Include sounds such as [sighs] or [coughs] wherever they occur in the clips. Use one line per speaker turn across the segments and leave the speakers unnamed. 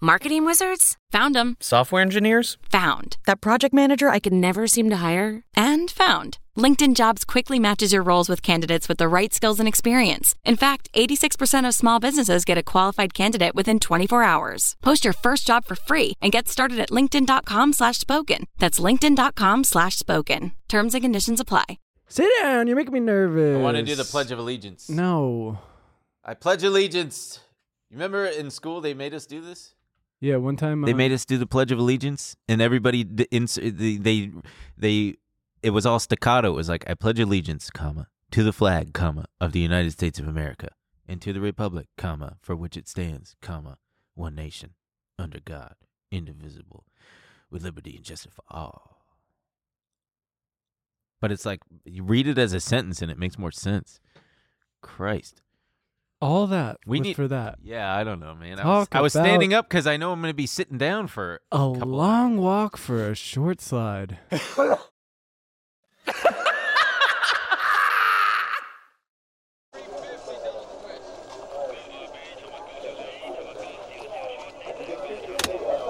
Marketing wizards? Found them.
Software engineers?
Found.
That project manager I could never seem to hire?
And found. LinkedIn Jobs quickly matches your roles with candidates with the right skills and experience. In fact, 86% of small businesses get a qualified candidate within 24 hours. Post your first job for free and get started at linkedin.com slash spoken. That's linkedin.com slash spoken. Terms and conditions apply.
Sit down. You're making me nervous.
I want to do the Pledge of Allegiance.
No.
I pledge allegiance. You remember in school they made us do this?
Yeah, one time
They
uh,
made us do the Pledge of Allegiance, and everybody d- ins- they, they they it was all staccato. It was like I pledge allegiance, comma to the flag, comma of the United States of America, and to the republic, comma for which it stands, comma one nation under God, indivisible, with liberty and justice for all. But it's like you read it as a sentence, and it makes more sense. Christ.
all that.
We
was
need
for that
Yeah, I don't know, man. I was,
Talk
I was
about-
standing up because I know I'm going to be sitting down for
a
couple of
long walk for a short slide.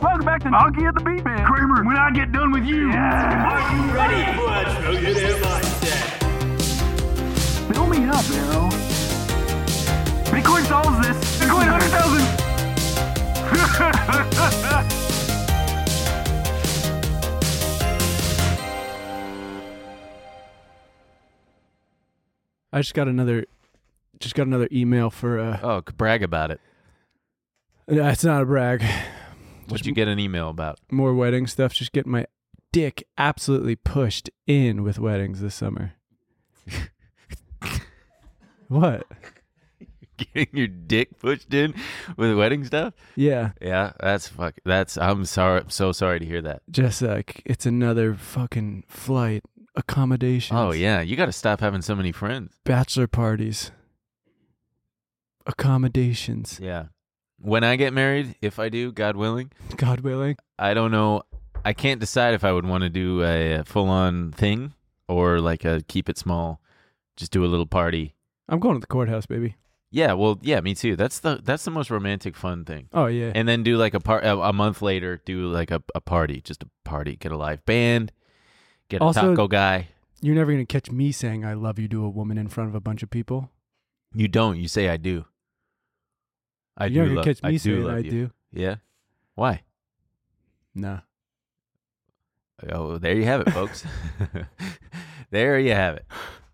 Welcome back to Monkey at the Beat Man. Kramer, when I get done with you, are you ready for a trillionaire mindset? Fill me up, Arrow. Bitcoin solves this. Bitcoin 100,000.
I just got another, just got another email for. Uh,
Oh, c- brag about it.
That's not a brag.
What'd you get an email about? [laughs]
More wedding stuff. Just getting my dick absolutely pushed in with weddings this summer. [laughs] what?
Getting your dick pushed in with wedding stuff?
Yeah,
Yeah, that's fuck. That's I'm sorry. I'm so sorry to hear that.
just like it's another fucking flight accommodation.
Oh yeah, you got to stop having so many friends.
bachelor parties, accommodations.
Yeah. When I get married, if I do, God willing,
God willing.
I don't know. I can't decide if I would want to do a full-on thing or like a keep it small, just do a little party.
I'm going to the courthouse, baby.
Yeah, well, yeah, me too. That's the that's the most romantic fun thing.
Oh [laughs] yeah.
and then do like a part a, a month later do like a, a party just a party get a live band get a
Also-
taco guy
You're never gonna catch me saying I love you to a woman in front of a bunch of people.
you don't you say i do i
You're
do
never
love,
gonna catch me
I do
saying
love
I
you.
do.
yeah why
Nah.
oh there you have it folks [laughs] there you have it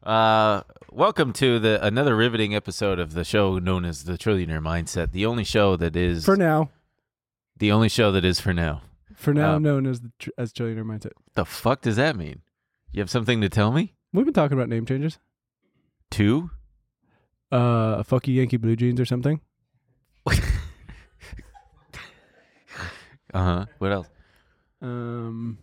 uh welcome to the another riveting episode of the show known as the trillionaire mindset the only show that is
For now.
the only show that is for now
For now
Um,
known as the tr- as trillionaire mindset.
the fuck does that mean you have something to tell me
We've been talking about name changes.
two
Uh fuck you Yankee blue jeans or something.
[laughs] uh-huh what else
Um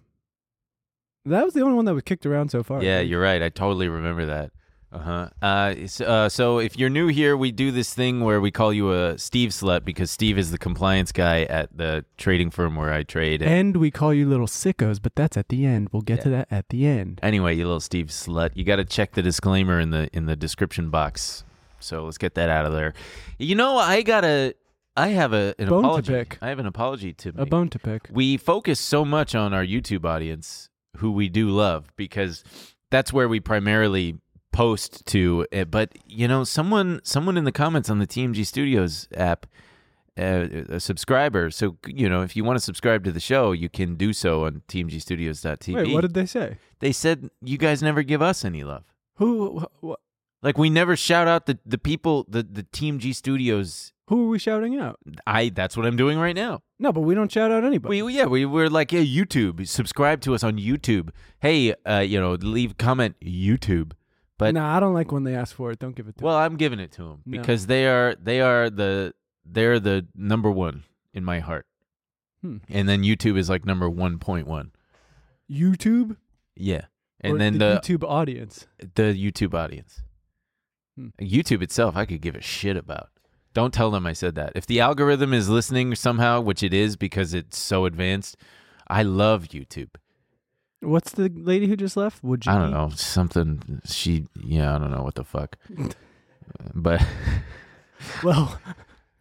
That was the only one that was kicked around so far.
Yeah, you're right. I totally remember that. Uh-huh. Uh so, uh, so if you're new here, we do this thing where we call you a Steve slut because Steve is the compliance guy at the trading firm where I trade.
And we call you little sickos, but that's at the end. We'll get to that at the end.
anyway, you little Steve slut, you got to check the disclaimer in the in the description box. So let's get that out of there. You know, I got to I have a an
Bone to
apology.
pick.
I have an apology to make.
A bone to pick.
we focus so much on our YouTube audience, who we do love, because that's where we primarily post to. Uh, But you know, someone someone in the comments on the TMG Studios app, uh, a subscriber. So you know, if you want to subscribe to the show, you can do so on TMGStudios.tv.
Wait, what did they say?
they said? You guys never give us any love.
Who wh- wh-
Like we never shout out the the people the the TMG Studios.
who are we shouting out?
I that's what I'm doing right now.
No, but we don't shout out anybody.
We yeah, we were like, yeah, YouTube, subscribe to us on YouTube. Hey, uh, you know, leave comment YouTube. But
nah, I don't like when they ask for it. Don't give it to
well, I'm giving it to them
No.
because they are they are the they're the number 1 in my heart.
Hmm.
And then YouTube is like number 1.1.
me. YouTube
Yeah.
or
And then
the
the
YouTube audience.
the YouTube audience.
Hmm.
YouTube itself, I could give a shit about. Don't tell them I said that. If the algorithm is listening somehow, which it is because it's so advanced, I love YouTube.
What's the lady who just left? Would you?
I don't know. Something she yeah, I don't know what the fuck. but
[laughs]
[laughs]
Well,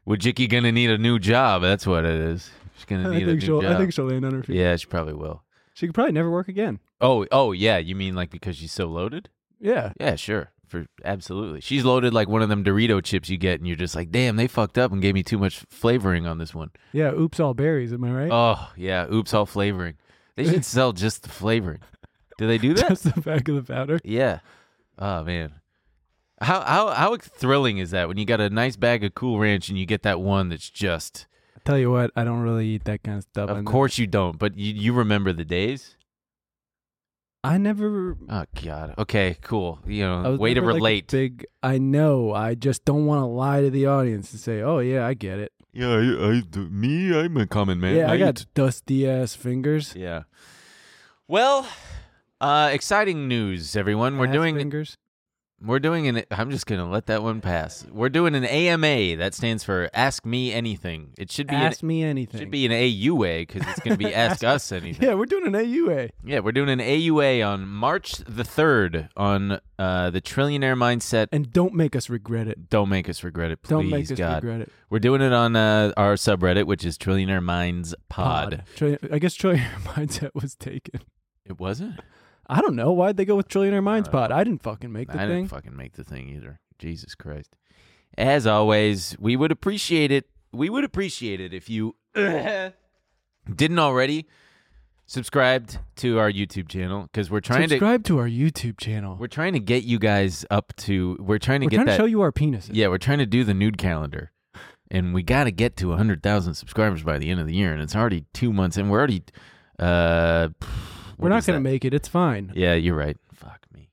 Wajiki gonna need a new job. That's what it is. She's gonna
I
need a new
think she'll.
job.
I think she'll land on her feet.
yeah, she probably will.
She could probably never work again.
Oh, oh yeah. You mean like because she's so loaded?
Yeah.
Yeah, sure. For absolutely. She's loaded like one of them Dorito chips you get and you're just like, "Damn, they fucked up and gave me too much flavoring on this one."
Yeah. Oops, all berries. Am I right?
Oh, yeah, oops all flavoring. They
[laughs]
should sell just the flavoring. Do they do that?
That's the back of the powder.
Yeah. Oh man. How how how thrilling is that when you got a nice bag of Cool Ranch and you get that one that's just
I tell you what, I don't really eat that kind of stuff.
Of
and
course you don't, but you, you remember the days?
I never.
Oh god. Okay, cool. You
I
know,
was
uh, way to
never, like, a
relate.
big. I know. I just don't want to lie to the audience and say, "Oh yeah, I get it.
yeah, I, I, me, I'm a common man.
yeah, I got dusty ass fingers.
Yeah. Well, uh exciting news everyone. We're
ass
doing
fingers.
We're doing an. I'm just gonna let that one pass. We're doing an AMA. That stands for Ask Me Anything. It should be an,
Ask me anything.
should be an AUA because it's gonna be Ask Us Anything.
[laughs] Yeah, we're doing an AUA.
Yeah, we're doing an AUA on March the third on uh, the Trillionaire Mindset.
And don't make us regret it.
Don't make us regret it, please,
Don't make us
God.
regret it.
We're doing it on uh, our subreddit, which is Trillionaire Minds Pod.
Trillion- [laughs] I guess trillionaire mindset was taken.
It wasn't.
I don't know why'd they go with trillionaire minds
Uh,
pod. I didn't fucking make the
I
thing.
didn't fucking make the thing either. Jesus Christ. As always, we would appreciate it. We would appreciate it if you [coughs] didn't already subscribed to our YouTube channel because we're trying to
Subscribe to our YouTube channel.
we're trying to get you guys up to we're trying to
We're
get
trying
that
to show you our penises.
yeah we're trying to do the nude calendar and we got to get to 100,000 subscribers by the end of the year and it's already two months and we're already uh
we're not gonna make it. It's fine.
yeah you're right fuck me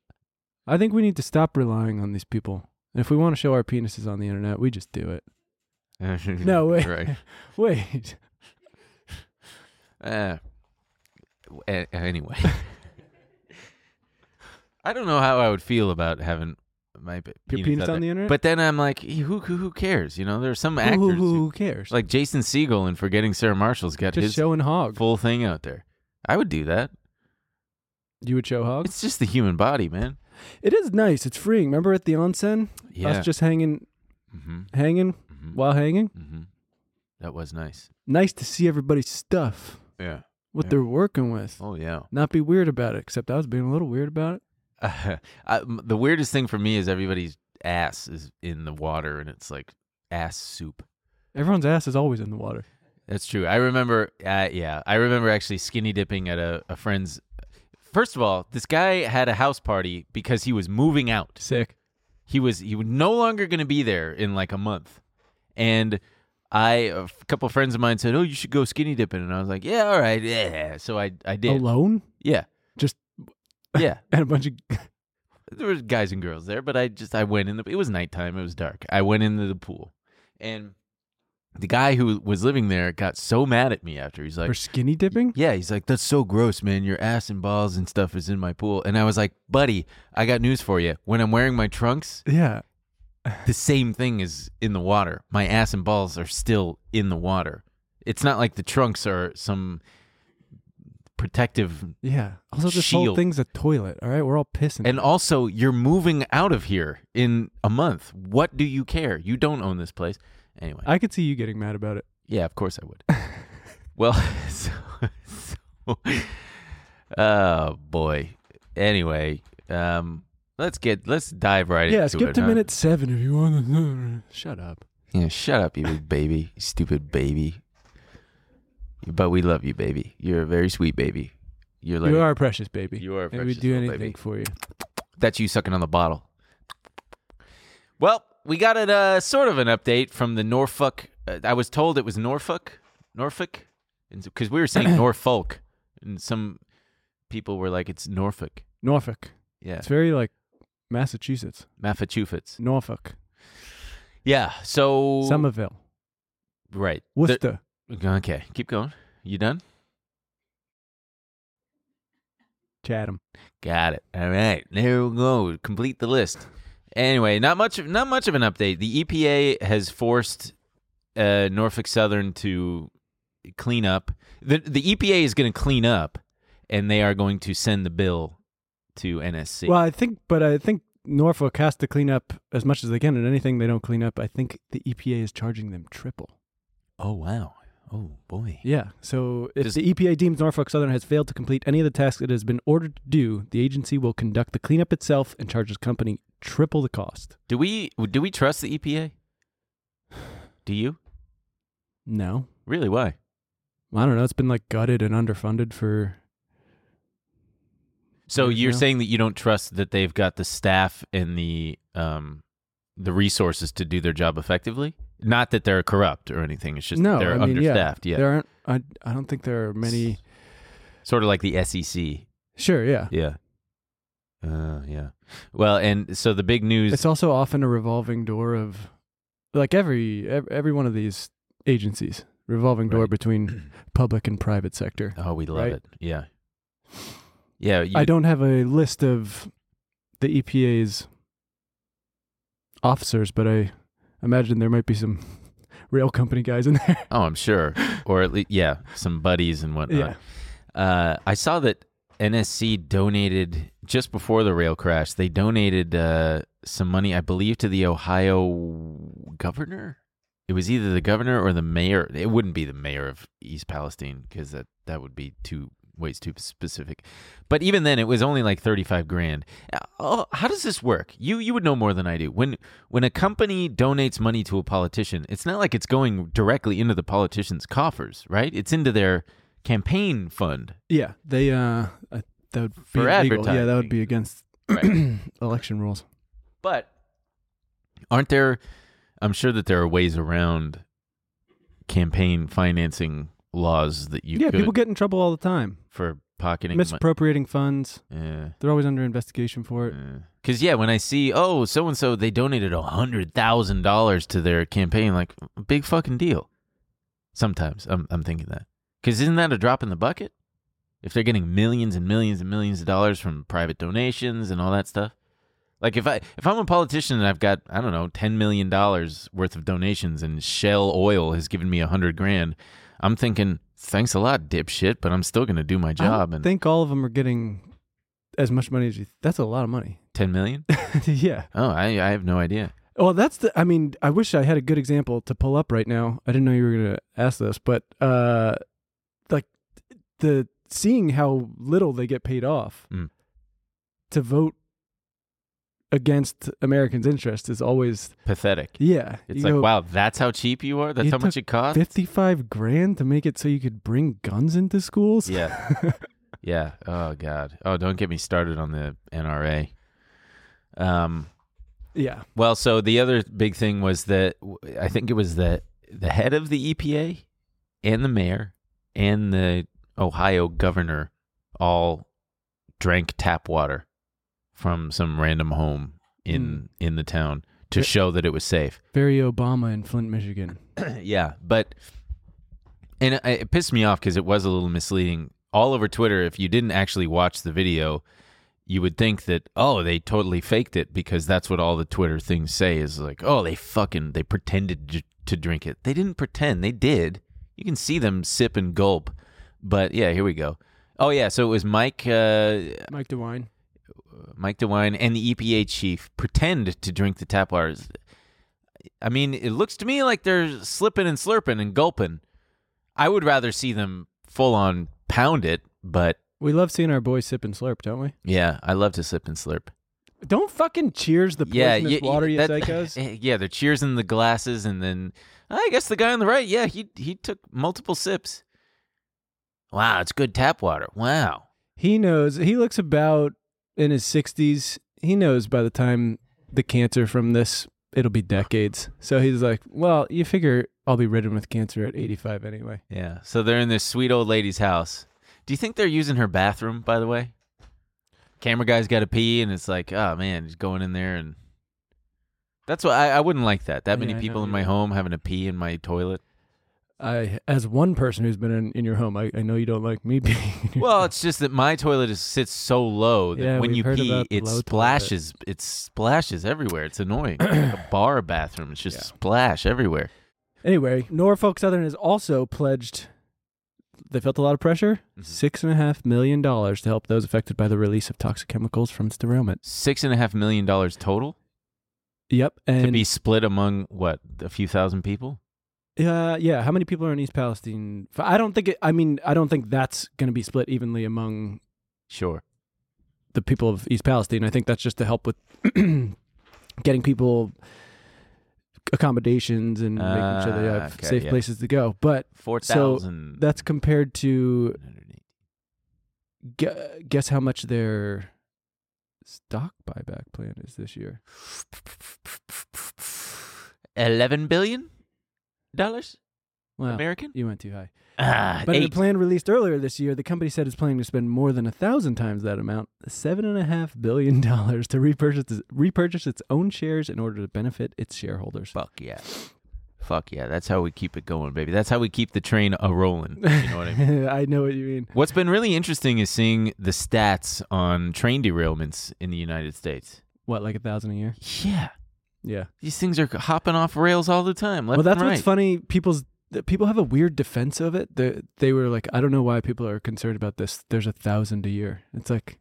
I think we need to stop relying on these people. And if we want to show our penises on the internet, we just do it. [laughs] No,
[laughs]
wait.
right
Wait.
Uh, w- a- Eh, anyway, [laughs] I don't know how I would feel about having my pe-
Your
penis,
penis
out
on
there.
the internet?
But then I'm like, "Eh, who who, who cares? You know, there's some
Who,
actors
who,
who,
who, who cares?
like Jason Segel and Forgetting Sarah Marshall's got
just
his
showing hog.
full thing out there. I would do that.
You would show hog?
It's just the human body, man.
It is nice. It's freeing. Remember at the onsen?
Yeah.
Us just hanging
mm-hmm,
hanging
Mhm.
while hanging?
mm-hmm. That was nice.
Nice to see everybody's stuff.
Yeah.
What
Yeah.
they're working with.
Oh yeah. [laughs]
Not be weird about it, except I was being a little weird about it.
Uh, I, m- the weirdest thing for me is everybody's ass is in the water and it's like ass soup.
Everyone's ass is always in the water.
That's true. I remember, uh, yeah, I remember actually skinny dipping at a, a friend's. First of all, this guy had a house party because he was moving out.
Sick.
He was he was no longer going to be there in like a month, and I a f- couple friends of mine said, "Oh, you should go skinny dipping," and I was like, "Yeah, all right, yeah." So I I did.
Alone?
Yeah,
Oh, Just
[laughs] yeah.
and a bunch of
there was guys and girls there, but I just I went in the it was nighttime, it was dark. I went into the pool, and the guy who was living there got so mad at me
[laughs]
after. He's like,
for skinny dipping?
Yeah, he's like, that's so gross, man. Your ass and balls and stuff is in my pool. And I was like, buddy, I got news for you. When I'm wearing my trunks,
Yeah.
the same thing is in the water. My ass and balls are still in the water. It's not like the trunks are some protective.
Yeah. Also this whole
Shield.
thing's a toilet. All right. We're all pissing.
And also, you're moving out of here in a month. What do you care? You don't own this place. Anyway.
I could see you getting mad about it.
Yeah, of course I would. [laughs] well, so, so [laughs] oh boy. Anyway, um, let's get let's dive right
yeah,
into
skip
it.
to
huh?
minute seven if you want to [laughs] shut up.
Yeah, shut up, you big baby, you stupid baby. But we love you, baby. You're a very sweet baby. You're like
you are precious, baby.
You are a
and
precious
we'd do
little
anything
baby.
for you.
that's you sucking on the bottle. Well, we got a uh, sort of an update from the Norfolk. Uh, I was told it was Norfolk, Norfolk, because we
[clears throat]
were saying Norfolk, and some people were like, "It's Norfolk."
Norfolk.
Yeah,
It's very like Massachusetts.
Massachusetts.
Norfolk.
Yeah, so
Somerville.
right.
Worcester.
There- okay, keep going. You done?
Chatham.
Got it. All right, there we go. Complete the list. Anyway, not much. Not much of an update. The EPA has forced uh, E Norfolk Southern to clean up. The the EPA is going to clean up, and they are going to send the bill to NSC.
Well, I think, but I think Norfolk has to clean up as much as they can, and anything they don't clean up, I think the EPA is charging them triple.
oh wow. Oh boy.
Yeah. So if
Does-
the EPA deems Norfolk Southern has failed to complete any of the tasks it has been ordered to do, the agency will conduct the cleanup itself and charge the company triple the cost.
Do we do we trust the EPA? Do you?
No,
Really? Why?
I don't know. It's been like gutted and underfunded for.
So
Years
you're
now.
saying that you don't trust that they've got the staff and the um the resources to do their job effectively? Not that they're corrupt or anything. It's just
no,
that they're
I mean, yeah,
understaffed. Yeah.
there aren't. I I don't think there are many.
Sort of like the SEC.
Sure, yeah.
Yeah. Uh, yeah. Well, and so the big news.
It's also often a revolving door of, like every ev- every one of these agencies, revolving door
Right. [clears throat]
between public and private sector.
oh, we love
right?
it. Yeah. Yeah. You,
I don't have a list of the EPA's officers, but I imagine there might be some [laughs] rail company guys in there.
Oh,
[laughs]
I'm sure. Or at least, yeah, some buddies and whatnot. uh, I saw that NSC donated just before the rail crash. They donated uh, some money, I believe, to the Ohio governor. It was either the governor or the mayor. It wouldn't be the mayor of East Palestine because that that would be too ways too specific. But even then, it was only like thirty five grand. Uh, Oh, how does this work? You you would know more than I do. When when a company donates money to a politician, it's not like it's going directly into the politician's coffers, right? It's into their campaign fund.
Yeah, they uh, I, that would be
For
illegal. Yeah, that
advertising.
would be against
Right.
[clears throat] election rules.
But aren't there? I'm sure that there are ways around campaign financing laws that you
yeah,
could
people get in trouble all the time,
for pocketing money.
misappropriating funds.
Yeah.
They're always under investigation for it.
Because yeah, when I see oh so and so they donated a hundred thousand dollars to their campaign, like big fucking deal. Sometimes I'm I'm thinking that because isn't that a drop in the bucket? If they're getting millions and millions and millions of dollars from private donations and all that stuff, like if I if I'm a politician and I've got I don't know ten million dollars worth of donations and Shell Oil has given me a hundred grand, I'm thinking thanks a lot, dipshit, but I'm still gonna do my
I
job
don't
and
think all of them are getting as much money as you. That's a lot of money. [laughs]
ten million.
yeah.
Oh, I I have no idea.
Well, that's the. I mean, I wish I had a good example to pull up right now. I didn't know you were going to ask this, but uh, like the seeing how little they get paid off
Mm.
to vote against Americans' interest is always
Pathetic.
yeah.
It's like, wow, that's how cheap you are? That's
You
how much
took
it costs?
fifty-five grand to make it so you could bring guns into schools.
Yeah. yeah. Oh, God. Oh, don't get me started on the NRA. Um,
[laughs] yeah.
well, so the other big thing was that w- I think it was the, the head of the EPA and the mayor and the Ohio governor all drank tap water from some random home in in the town to
Yeah.
show that it was safe.
Very Obama in Flint, Michigan.
[clears throat] yeah, but and it, it pissed me off because it was a little misleading. All over Twitter, if you didn't actually watch the video, you would think that oh, they totally faked it because that's what all the Twitter things say is like oh, they fucking they pretended j- to drink it. They didn't pretend, they did. You can see them sip and gulp. But yeah, here we go. Oh yeah, so it was Mike uh,
Mike DeWine.
Mike DeWine and the EPA chief pretend to drink the tap water. I mean, it looks to me like they're slipping and slurping and gulping. I would rather see them full on pound it, but
We love seeing our boys sip and slurp, don't we?
yeah, I love to slip and slurp.
Don't fucking cheers the
yeah,
poisonous
yeah,
water, you
that- [laughs] eh,
psychos.
Yeah, they're cheers in the glasses, and then I guess the guy on the right, yeah, he he took multiple sips. Wow, it's good tap water. Wow.
He knows. He looks about in his 60s. He knows by the time the cancer from this, it'll be decades. So he's like, well, you figure I'll be ridden with cancer at 85 anyway.
Yeah. So they're in this sweet old lady's house. Do you think they're using her bathroom, by the way? Camera guy's got to pee, and it's like, oh man, just going in there and. That's why I, I wouldn't like that. That many
Yeah, I
people
know
in
you
my
don't.
home having to pee in my toilet.
I, as one person who's been in, in your home, I, I know you don't like me [laughs] being. in your-
Well, it's just that my toilet is, sits so low that
Yeah,
when
we've
you
heard
pee,
about the
it
low toilet.
splashes. It splashes everywhere. It's annoying. It's
[clears throat]
like a bar bathroom. It's just splash everywhere.
Anyway, Norfolk Southern has also pledged they felt a lot of pressure.
Mm-hmm.
Six and a half million dollars to help those affected by the release of toxic chemicals from its derailment.
Six and a half million dollars total
Yep,
to
and
be split among what a few thousand people.
uh, yeah, how many people are in East Palestine? F- I don't think it. I mean, I don't think that's going to be split evenly among
Sure.
the people of East Palestine. I think that's just to help with [clears throat] getting people accommodations and making sure they
Ah,
have
okay,
safe
yeah.
places to go. But
Four
So,
thousand.
that's compared to gu- guess how much their stock buyback plan is this year.
eleven billion dollars
Wow,
American.
you went too high.
Ah,
But in the
eight.
plan released earlier this year, the company said it's planning to spend more than a thousand times that amount, seven and a half billion [laughs] dollars, to repurchase repurchase its own shares in order to benefit its shareholders.
Fuck yeah. Fuck yeah. That's how we keep it going, baby. That's how we keep the train a rolling. You know what I
[laughs]
mean?
I know what you mean.
What's been really interesting is seeing the stats on train derailments in the United States.
What, like a thousand a year?
Yeah.
Yeah.
These things are hopping off rails all the time. Left
well, that's
and right.
what's funny. People's that people have a weird defense of it. They they were like, I don't know why people are concerned about this. There's a thousand a year. It's like,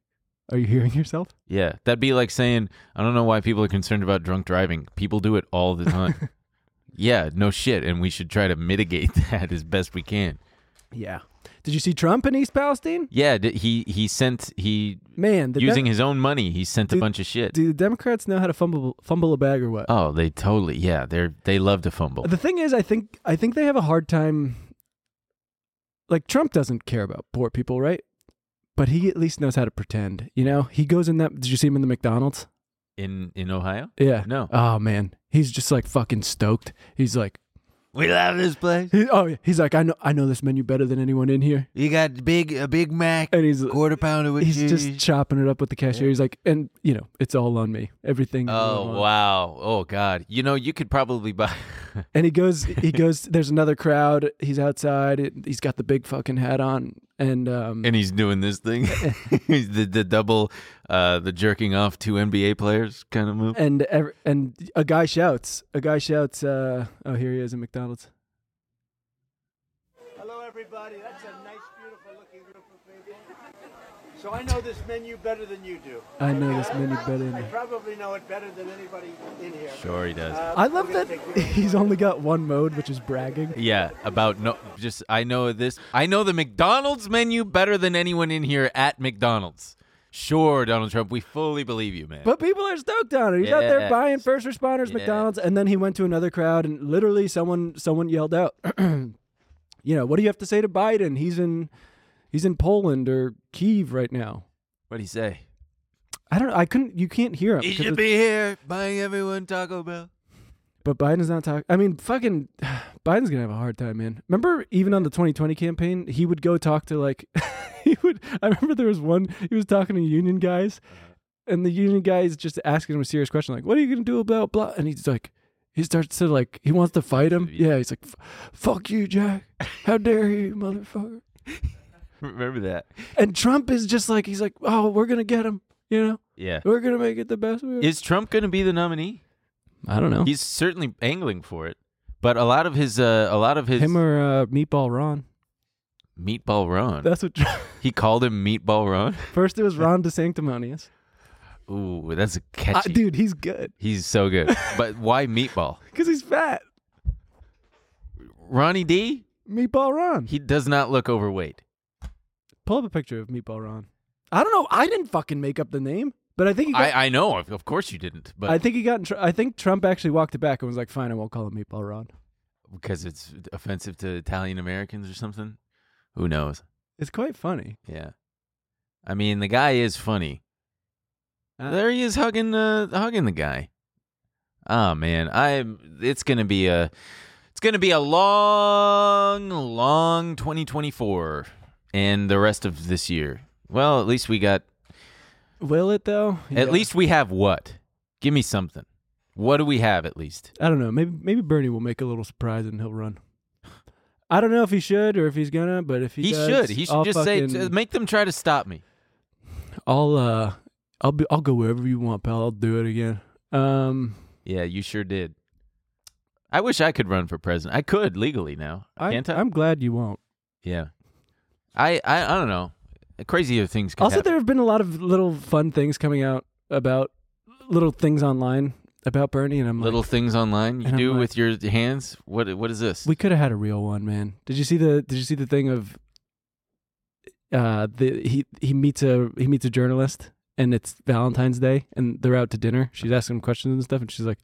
are you hearing yourself?
Yeah, that'd be like saying, I don't know why people are concerned about drunk driving. People do it
[laughs]
all the time. yeah, no shit. And we should try to mitigate [laughs] that as best we can.
Yeah. Did you see Trump in East Palestine?
Yeah, d- he he sent he
Man, the
using
Dem-
his own money. He sent a
Dude,
bunch of shit.
do the Democrats know how to fumble fumble a bag or what?
oh, they totally yeah. They're they love to fumble.
The thing is, I think I think they have a hard time. Like Trump doesn't care about poor people, right? But he at least knows how to pretend. You know, he goes in that. Did you see him in the McDonald's?
in in Ohio,
Yeah.
No.
Oh man, he's just like fucking stoked. He's like,
we love this place.
he, oh, yeah. he's like, I know, I know this menu better than anyone in here.
You got big a Big Mac,
And he's
quarter pounder with
he's just chopping it up with the cashier. He's like, and you know, it's all on me. Everything.
Oh wow! Oh god! You know you could probably buy. [laughs]
And he goes, he goes. There's another crowd. He's outside. He's got the big fucking hat on, and um,
and he's doing this thing [laughs] the, the double uh the jerking off two nba players kind of move
and ev- and a guy shouts a guy shouts uh oh here he is in mcdonald's
Hello, everybody. That's a nice, beautiful looking group of people. So I know this menu better than you do.
i know this menu better than
I
you.
probably know it better than anybody in here.
sure he does
Uh,
i
we're
love
gonna
that [laughs]
take your
he's only got one mode which is bragging
yeah about no just i know this i know the mcdonald's menu better than anyone in here at mcdonald's sure donald trump we fully believe you man
but people are stoked on it he's out there
Yes.
buying first responders mcdonald's and then he went to another crowd and literally someone someone yelled out [clears throat] you know what do you have to say to biden he's in he's in poland or kiev right now
what'd he say
i don't know i couldn't you can't hear him
he
'cause
should
it's-
be here buying everyone taco bell
But Biden's not talking. I mean, fucking [sighs] Biden's gonna have a hard time, man. Remember, even on the 2020 campaign, he would go talk to like, [laughs] he would. I remember there was one. He was talking to union guys,
Uh-huh.
and the union guys just asking him a serious question, like, "What are you gonna do about blah?" And he's like, he starts to like, he wants to fight him. Yeah, he's like, "F- "Fuck you, Jack! How dare you, motherfucker!"
[laughs] remember that
And Trump is just like, he's like, "Oh, we're gonna get him. You know,
yeah
we're gonna make it the best we."
is trump gonna be the nominee
I don't know.
he's certainly angling for it but a lot of his uh a lot of his
Him or uh, Meatball Ron.
meatball run
That's what. Trump-
he called him meatball run
First, it was Ron DeSanctimonious.
Ooh, that's a
Uh,
[laughs] catchy.
dude, he's good
He's so good. But why meatball?
because he's fat.
Ronnie D,
Meatball Ron.
he does not look overweight.
Pull up a picture of Meatball Ron. I don't know. I didn't fucking make up the name, but I think he got,
I, I know, of, of course you didn't, but
I, think he got. In tr- I think Trump actually walked it back and was like, "Fine, I won't call him Meatball Ron."
because it's offensive to Italian Americans or something. Who knows?
It's quite funny.
Yeah. I mean, the guy is funny.
Uh,
there he is hugging uh, hugging the guy. Oh man, I it's going to be a it's going to be a long long 2024 and the rest of this year. Well, at least we got
Will it though? Yeah.
At least we have what? Give me something. What do we have at least?
I don't know. Maybe maybe Bernie will make a little surprise and he'll run. I don't know if he should or if he's gonna, but if he,
He
does,
should. He should
I'll
just say,
fucking-
"T- make them try to stop me.
"I'll uh, I'll be, I'll go wherever you want, pal. I'll do it again." Um,
Yeah, you sure did. I wish I could run for president. I could legally now.
I,
Can't I?
I'm glad you won't.
yeah. I, I, I don't know. Crazier things can
also,
happen.
there have been a lot of little fun things coming out about little things online about Bernie, and I'm
little
like,
things online you
And I'm
do
like-
with your hands. What what is this?
we could have had a real one, man. Did you see the Did you see the thing of uh the he he meets a he meets a journalist and it's Valentine's Day and they're out to dinner. She's asking him questions and stuff, and she's like,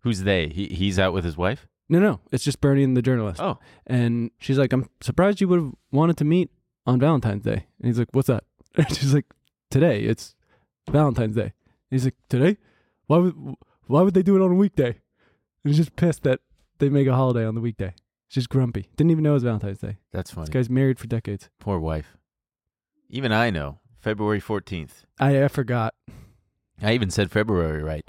Who's they? He, he's out with his wife.
"No, no, it's just Bernie and the journalist."
Oh,
And she's like, I'm surprised you would have wanted to meet on Valentine's Day. And he's like, What's that? [laughs] And she's like, Today. It's Valentine's Day. And he's like, Today? Why would why would they do it on a weekday? And he's just pissed that they make a holiday on the weekday. She's grumpy. Didn't even know it was Valentine's Day.
that's funny.
This guy's married for decades.
Poor wife. Even I know. February fourteenth.
I, I forgot.
I even said February right.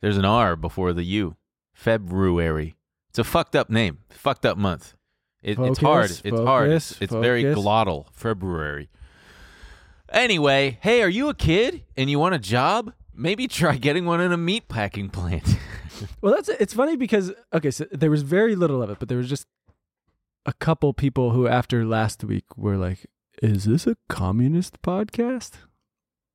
There's an R before the U. February. It's a fucked up name. Fucked up month. It, it's hard. It's
Focus,
hard. It's,
focus,
it's very
focus.
glottal. February. Anyway, hey, are you a kid and you want a job? Maybe try getting one in a meat packing plant. [laughs]
Well, that's it's funny because okay, so there was very little of it, but there was just a couple people who after last week were like, "Is this a communist podcast?"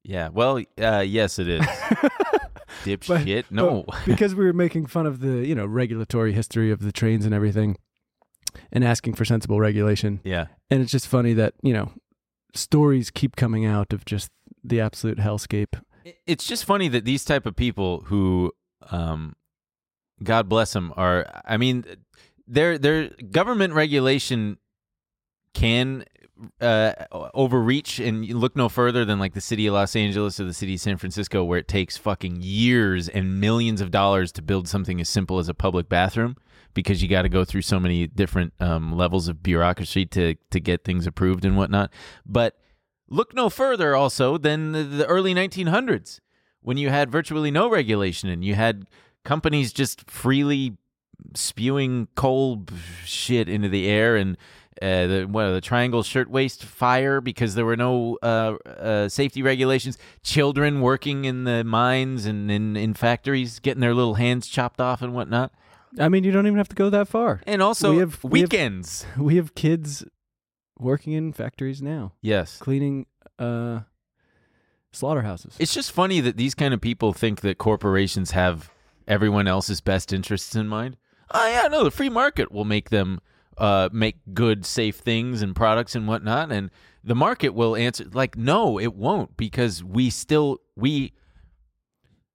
yeah. Well, uh, yes, it is.
[laughs]
Dipshit.
But-
No.
but because we were making fun of the you know regulatory history of the trains and everything, and asking for sensible regulation.
[laughs] yeah.
And it's just funny that you know stories keep coming out of just the absolute hellscape.
It- it's just funny that these type of people who um god bless them are i mean their their government regulation can uh overreach and you look no further than like the city of los angeles or the city of san francisco where it takes fucking years and millions of dollars to build something as simple as a public bathroom because you got to go through so many different um, levels of bureaucracy to to get things approved and whatnot but Look no further also than the, the early 1900s when you had virtually no regulation and you had companies just freely spewing coal b- shit into the air and uh, the, what, the triangle shirtwaist fire because there were no uh, uh, safety regulations. Children working in the mines and in, in factories getting their little hands chopped off and whatnot.
I mean, you don't even have to go that far. [laughs]
And also
We have- we have-
weekends.
We have kids working in factories now,
yes.
cleaning uh, slaughterhouses.
It's just funny that these kind of people think that corporations have everyone else's best interests in mind. Oh yeah, no, the free market will make them uh, make good, safe things and products and whatnot, and the market will answer. Like, no, it won't, because we still we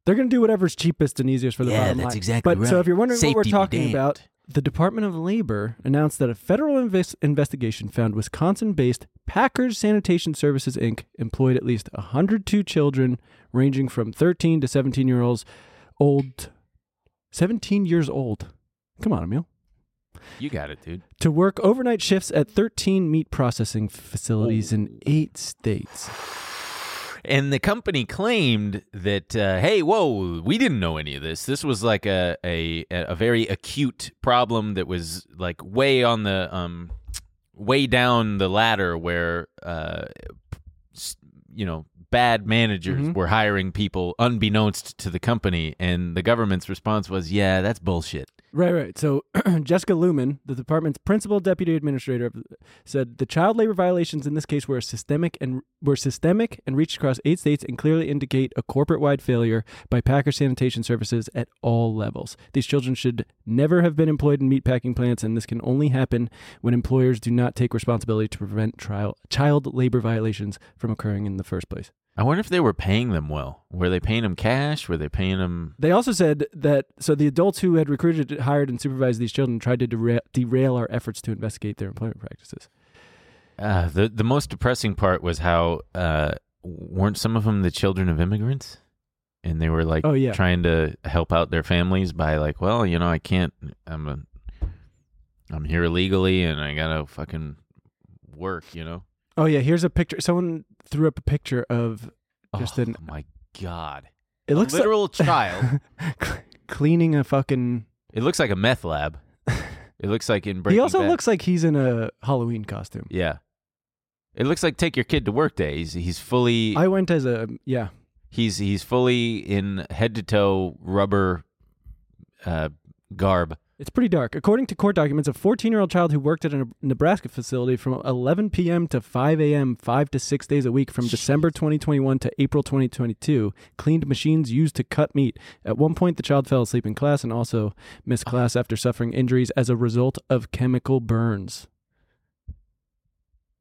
They're going to do whatever's cheapest and easiest for the
Yeah,
bottom line.
that's exactly
but, So
right.
if you're wondering what
Safety
we're
be
talking
damned.
about, the Department of Labor announced that a federal inves- investigation found Wisconsin-based Packers Sanitation Services Inc. employed at least 102 children ranging from 13 to 17 year olds old 17 years old. Come on, Emil.
you got it, dude.
To work overnight shifts at 13 meat processing facilities in 8 states.
And the company claimed that, uh, hey, whoa, we didn't know any of this. This was like a, a a very acute problem that was like way on the um, way down the ladder where uh, s- you know bad managers were hiring people unbeknownst to the company, and the government's response was, yeah, that's bullshit.
Right, right. So [clears throat] Jessica Lumen, the department's principal deputy administrator, of- said the child labor violations in this case were systemic and were systemic and reached across eight states and clearly indicate a corporate-wide failure by Packer Sanitation Services at all levels. These children should never have been employed in meat packing plants, and this can only happen when employers do not take responsibility to prevent trial, child labor violations from occurring in the first place.
I wonder if they were paying them well. Were they paying them cash? Were they paying them?
They also said that so the adults who had recruited, hired, and supervised these children tried to derail, derail our efforts to investigate their employment practices.
Uh, the the most depressing part was how uh, weren't some of them the children of immigrants, and they were like
Oh, yeah.
trying to help out their families by like, well, you know, I can't, I'm a, I'm here illegally, and I gotta fucking work, you know.
Oh yeah, here's a picture. Someone threw up a picture of just
oh
an.
my god,
It looks
a literal child.
[laughs] like cleaning a fucking.
It looks like a meth lab. It looks like in Breaking
he also
Bad.
looks like he's in a Halloween costume.
yeah. It looks like take your kid to work day. He's he's fully
I went as a yeah.
He's he's fully in head to toe rubber uh, garb.
It's pretty dark. According to court documents, a 14 year old child who worked at a Neb- Nebraska facility from 11 p.m. to 5 a.m., five to six days a week from December 2021 to April 2022, cleaned machines used to cut meat. At one point, the child fell asleep in class and also missed class after suffering injuries as a result of chemical burns.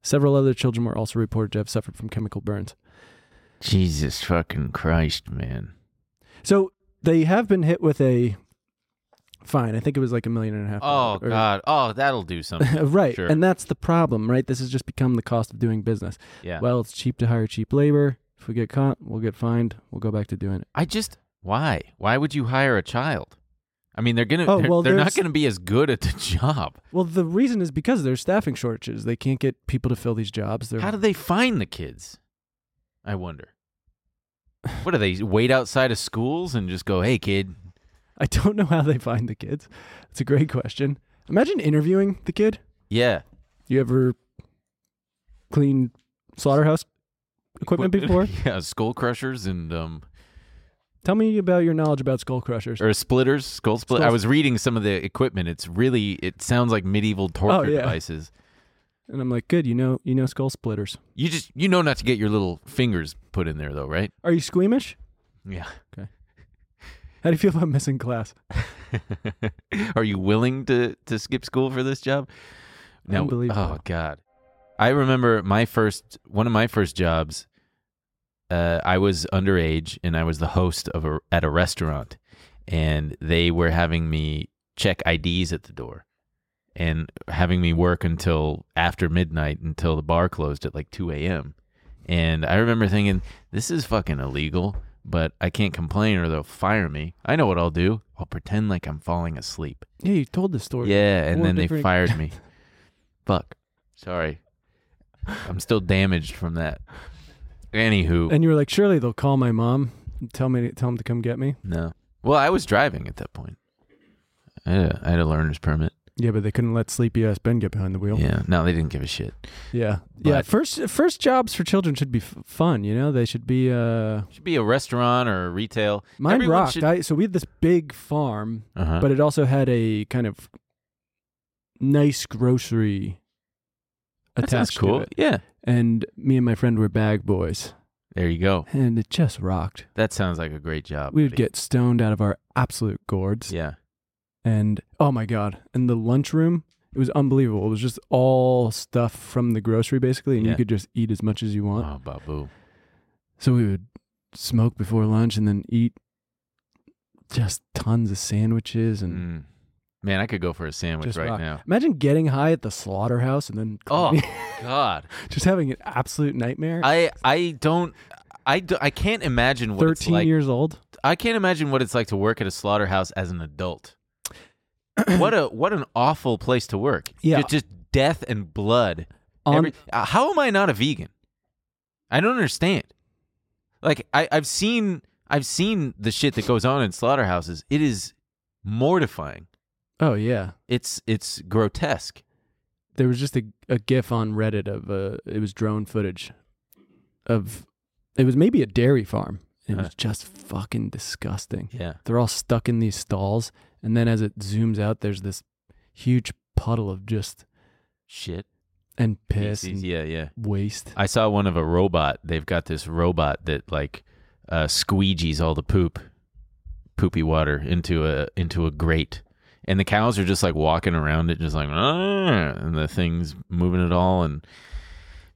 Several other children were also reported to have suffered from chemical burns.
Jesus fucking Christ, man.
So they have been hit with a fine. I think it was like a million and a half.
Oh
or-
God. Oh,
[laughs]
that'll do something.
right.
Sure.
And that's the problem, right? This has just become the cost of doing business.
yeah.
Well, it's cheap to hire cheap labor. If we get caught, we'll get fined. We'll go back to doing it.
I just why? Why would you hire a child? I mean, they're gonna.
Oh,
they're,
well,
they're not
there's-
gonna be as good at the job.
Well, the reason is because there's staffing shortages. They can't get people to fill these jobs. They're,
How do they find the kids? I wonder. What do they wait outside of schools and just go, "Hey, kid"?
[laughs] I don't know how they find the kids. It's a great question. Imagine interviewing the kid.
Yeah.
You ever cleaned slaughterhouse equipment
[laughs]
before?
yeah, skull crushers and um
Tell me about your knowledge about skull crushers.
or splitters, skull split. I
Skulls-
was reading some of the equipment. It's really it sounds like medieval torture
yeah.
devices.
And I'm like, good. You know, you know skull splitters.
You just you know not to get your little fingers put in there though, right?
Are you squeamish?
Yeah.
How do you feel about missing class?
[laughs] Are you willing to to skip school for this job? No.
Unbelievable.
Oh God. I remember my first one of my first jobs. Uh, I was underage and I was the host of a at a restaurant, and they were having me check IDs at the door, and having me work until after midnight until the bar closed at like two a.m. And I remember thinking, this is fucking illegal, but I can't complain or they'll fire me. I know what I'll do. I'll pretend like I'm falling asleep.
Yeah, you told this story.
Yeah,
Four
and then they
different- [laughs]
fired me. Fuck. Sorry. I'm still damaged from that. Anywho,
And you were like, surely they'll call my mom, and tell me, to, tell them to come get me.
no. Well, I was driving at that point. I had a, I had a learner's permit.
Yeah, but they couldn't let sleepy ass Ben get behind the wheel.
Yeah. No, they didn't give a shit.
yeah. Yeah,
But-
First, first jobs for children should be f- fun. You know, they should be. uh
Should be a restaurant or retail.
Mine
Everyone
rocked.
should-
I, so we had this big farm,
uh-huh.
but it also had a kind of nice grocery
that sounds
attached
cool.
to it.
Yeah.
And me and my friend were bag boys,
There you go.
and it just rocked.
That sounds like a great job.
We would
buddy.
get stoned out of our absolute gourds.
Yeah.
and oh my god and the lunchroom it was unbelievable it was just all stuff from the grocery basically and
Yeah.
you could just eat as much as you want
Oh, babu.
so we would smoke before lunch and then eat just tons of sandwiches and
Mm. Man, I could go for a sandwich
just
right
rock. [laughs]
now.
imagine getting high at the slaughterhouse and then
Oh
cleaning-
God.
[laughs] just having an absolute nightmare
I I don't I, do, I can't imagine what it's
13
like.
years old
I can't imagine what it's like to work at a slaughterhouse as an
[clears throat]
adult. what a what an awful place to work.
Yeah.
Ju- just, death and blood.
On-
Every- uh, how am I not a vegan? I don't understand. Like I I've seen I've seen the shit that goes on in slaughterhouses. It is mortifying.
oh yeah
It's it's grotesque.
there was just a, a gif on reddit of uh it was drone footage of it was maybe a dairy farm it
Uh-huh.
was just fucking disgusting
Yeah.
they're all stuck in these stalls and then as it zooms out there's this huge puddle of just
Shit.
and piss and
Feces. Yeah, yeah.
waste
I saw one of a robot. They've got this robot that like uh, squeegees all the poop, poopy water into a into a grate, and the cows are just like walking around it, just like "Ah," and the thing's moving it all. And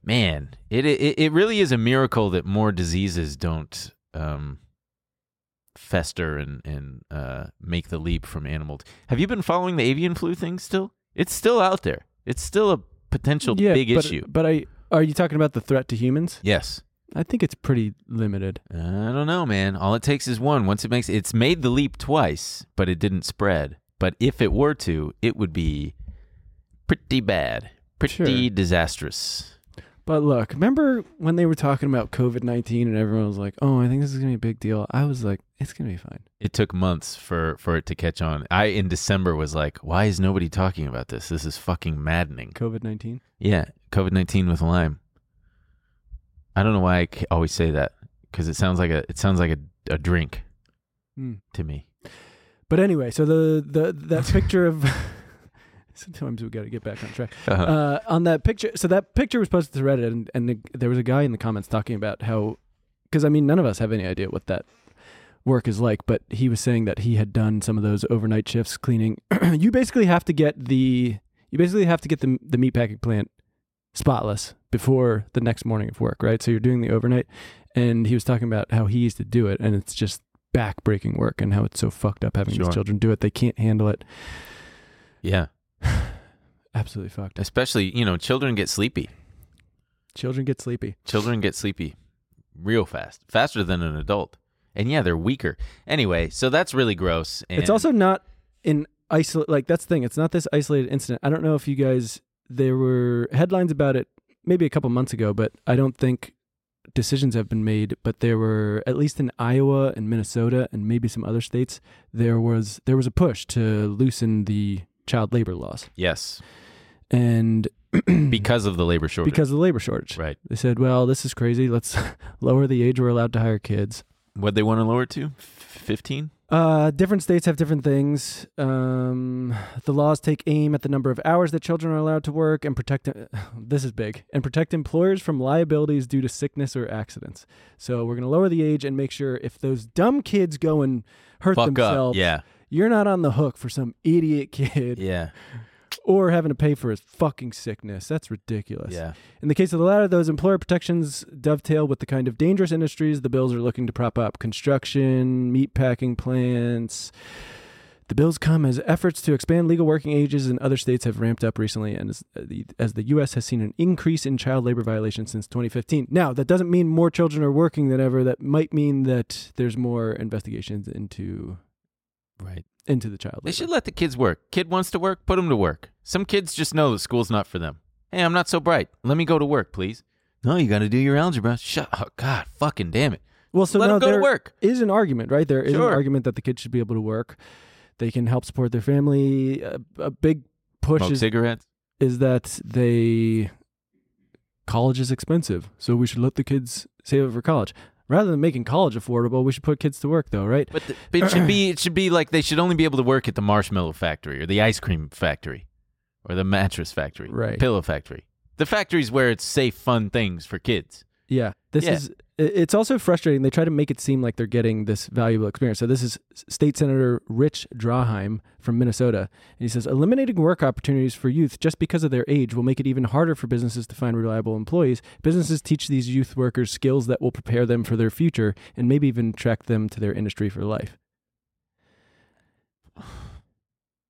man, it it, it really is a miracle that more diseases don't um, fester and and uh, make the leap from animal. To, have you been following the avian flu thing still? It's still out there. It's still a potential big
but,
issue.
but i are you talking about the threat to humans
Yes.
i think it's pretty limited
I don't know, man. All it takes is one. Once it makes it's made the leap twice, but it didn't spread. But if it were to, it would be pretty bad, pretty
Sure.
disastrous.
but look remember when they were talking about covid-19 and everyone was like oh i think this is gonna be a big deal i was like it's gonna be fine
It took months for for it to catch on. I in December was like, why is nobody talking about this? This is fucking maddening.
covid-19
Yeah, COVID nineteen with Lyme. I don't know why I c- always say that because it sounds like a it sounds like a, a drink
Hmm.
to me.
But anyway, so the the that picture of [laughs] sometimes we got to get back on track.
Uh-huh.
Uh, on that picture, so that picture was posted to Reddit, and and the, there was a guy in the comments talking about how, because I mean, none of us have any idea what that work is like, but he was saying that he had done some of those overnight shifts cleaning. [clears throat] you basically have to get the you basically have to get the the meatpacking plant spotless before the next morning of work, right? So you're doing the overnight, and he was talking about how he used to do it, and it's just back-breaking work, and how it's so fucked up having
Sure.
these children do it. They can't handle it.
Yeah.
Absolutely fucked.
Especially, you know, children get sleepy.
Children get sleepy.
Children get sleepy real fast, faster than an adult. And yeah, they're weaker. Anyway, so that's really gross. And
It's also not in isolate. Like that's the thing. It's not this isolated incident. I don't know if you guys there were headlines about it maybe a couple months ago, but I don't think decisions have been made. But there were at least in Iowa and Minnesota and maybe some other states there was there was a push to loosen the child labor laws
yes,
and
because of the labor shortage.
because of the labor shortage.
right,
They said, "Well, this is crazy. Let's [laughs] lower the age we're allowed to hire kids."
what they want to lower it to, fifteen.
Uh, different states have different things. Um, the laws take aim at the number of hours that children are allowed to work and protect. [laughs] This is big and protect employers from liabilities due to sickness or accidents. So we're gonna lower the age and make sure if those dumb kids go and hurt
Fuck up.
themselves,
Yeah,
you're not on the hook for some idiot kid
yeah,
or having to pay for his fucking sickness. That's ridiculous.
yeah.
In the case of the latter, those employer protections dovetail with the kind of dangerous industries the bills are looking to prop up construction, meatpacking plants. The bills come as efforts to expand legal working ages in other states have ramped up recently, and as uh, the, as the U.S. has seen an increase in child labor violations since 2015. Now, that doesn't mean more children are working than ever. That might mean that there's more investigations into
Right.
into the child labor.
They should let the kids work. Kid wants to work, put him to work. Some kids just know that school's not for them. Hey, I'm not so bright. Let me go to work, please. No, you got to do your algebra. Shut. Oh God, fucking damn it.
Well, so
Let
now
them go to
there
work.
is an argument, right? There is
Sure.
an argument that the kids should be able to work. They can help support their family. A, a big push
Smoke
is,
cigarettes.
is that they college is expensive, so we should let the kids save up for college. Rather than making college affordable, we should put kids to work, though, right?
But, the, but it should be it should be like they should only be able to work at the marshmallow factory or the ice cream factory or the mattress factory,
Right.
Pillow factory. The factories where it's safe, fun things for kids.
Yeah, this
Yeah.
is. i- It's also frustrating. They try to make it seem like they're getting this valuable experience. So this is S- State Senator Rich Draheim from Minnesota, and he says eliminating work opportunities for youth just because of their age will make it even harder for businesses to find reliable employees. Businesses teach these youth workers skills that will prepare them for their future and maybe even track them to their industry for life. [sighs]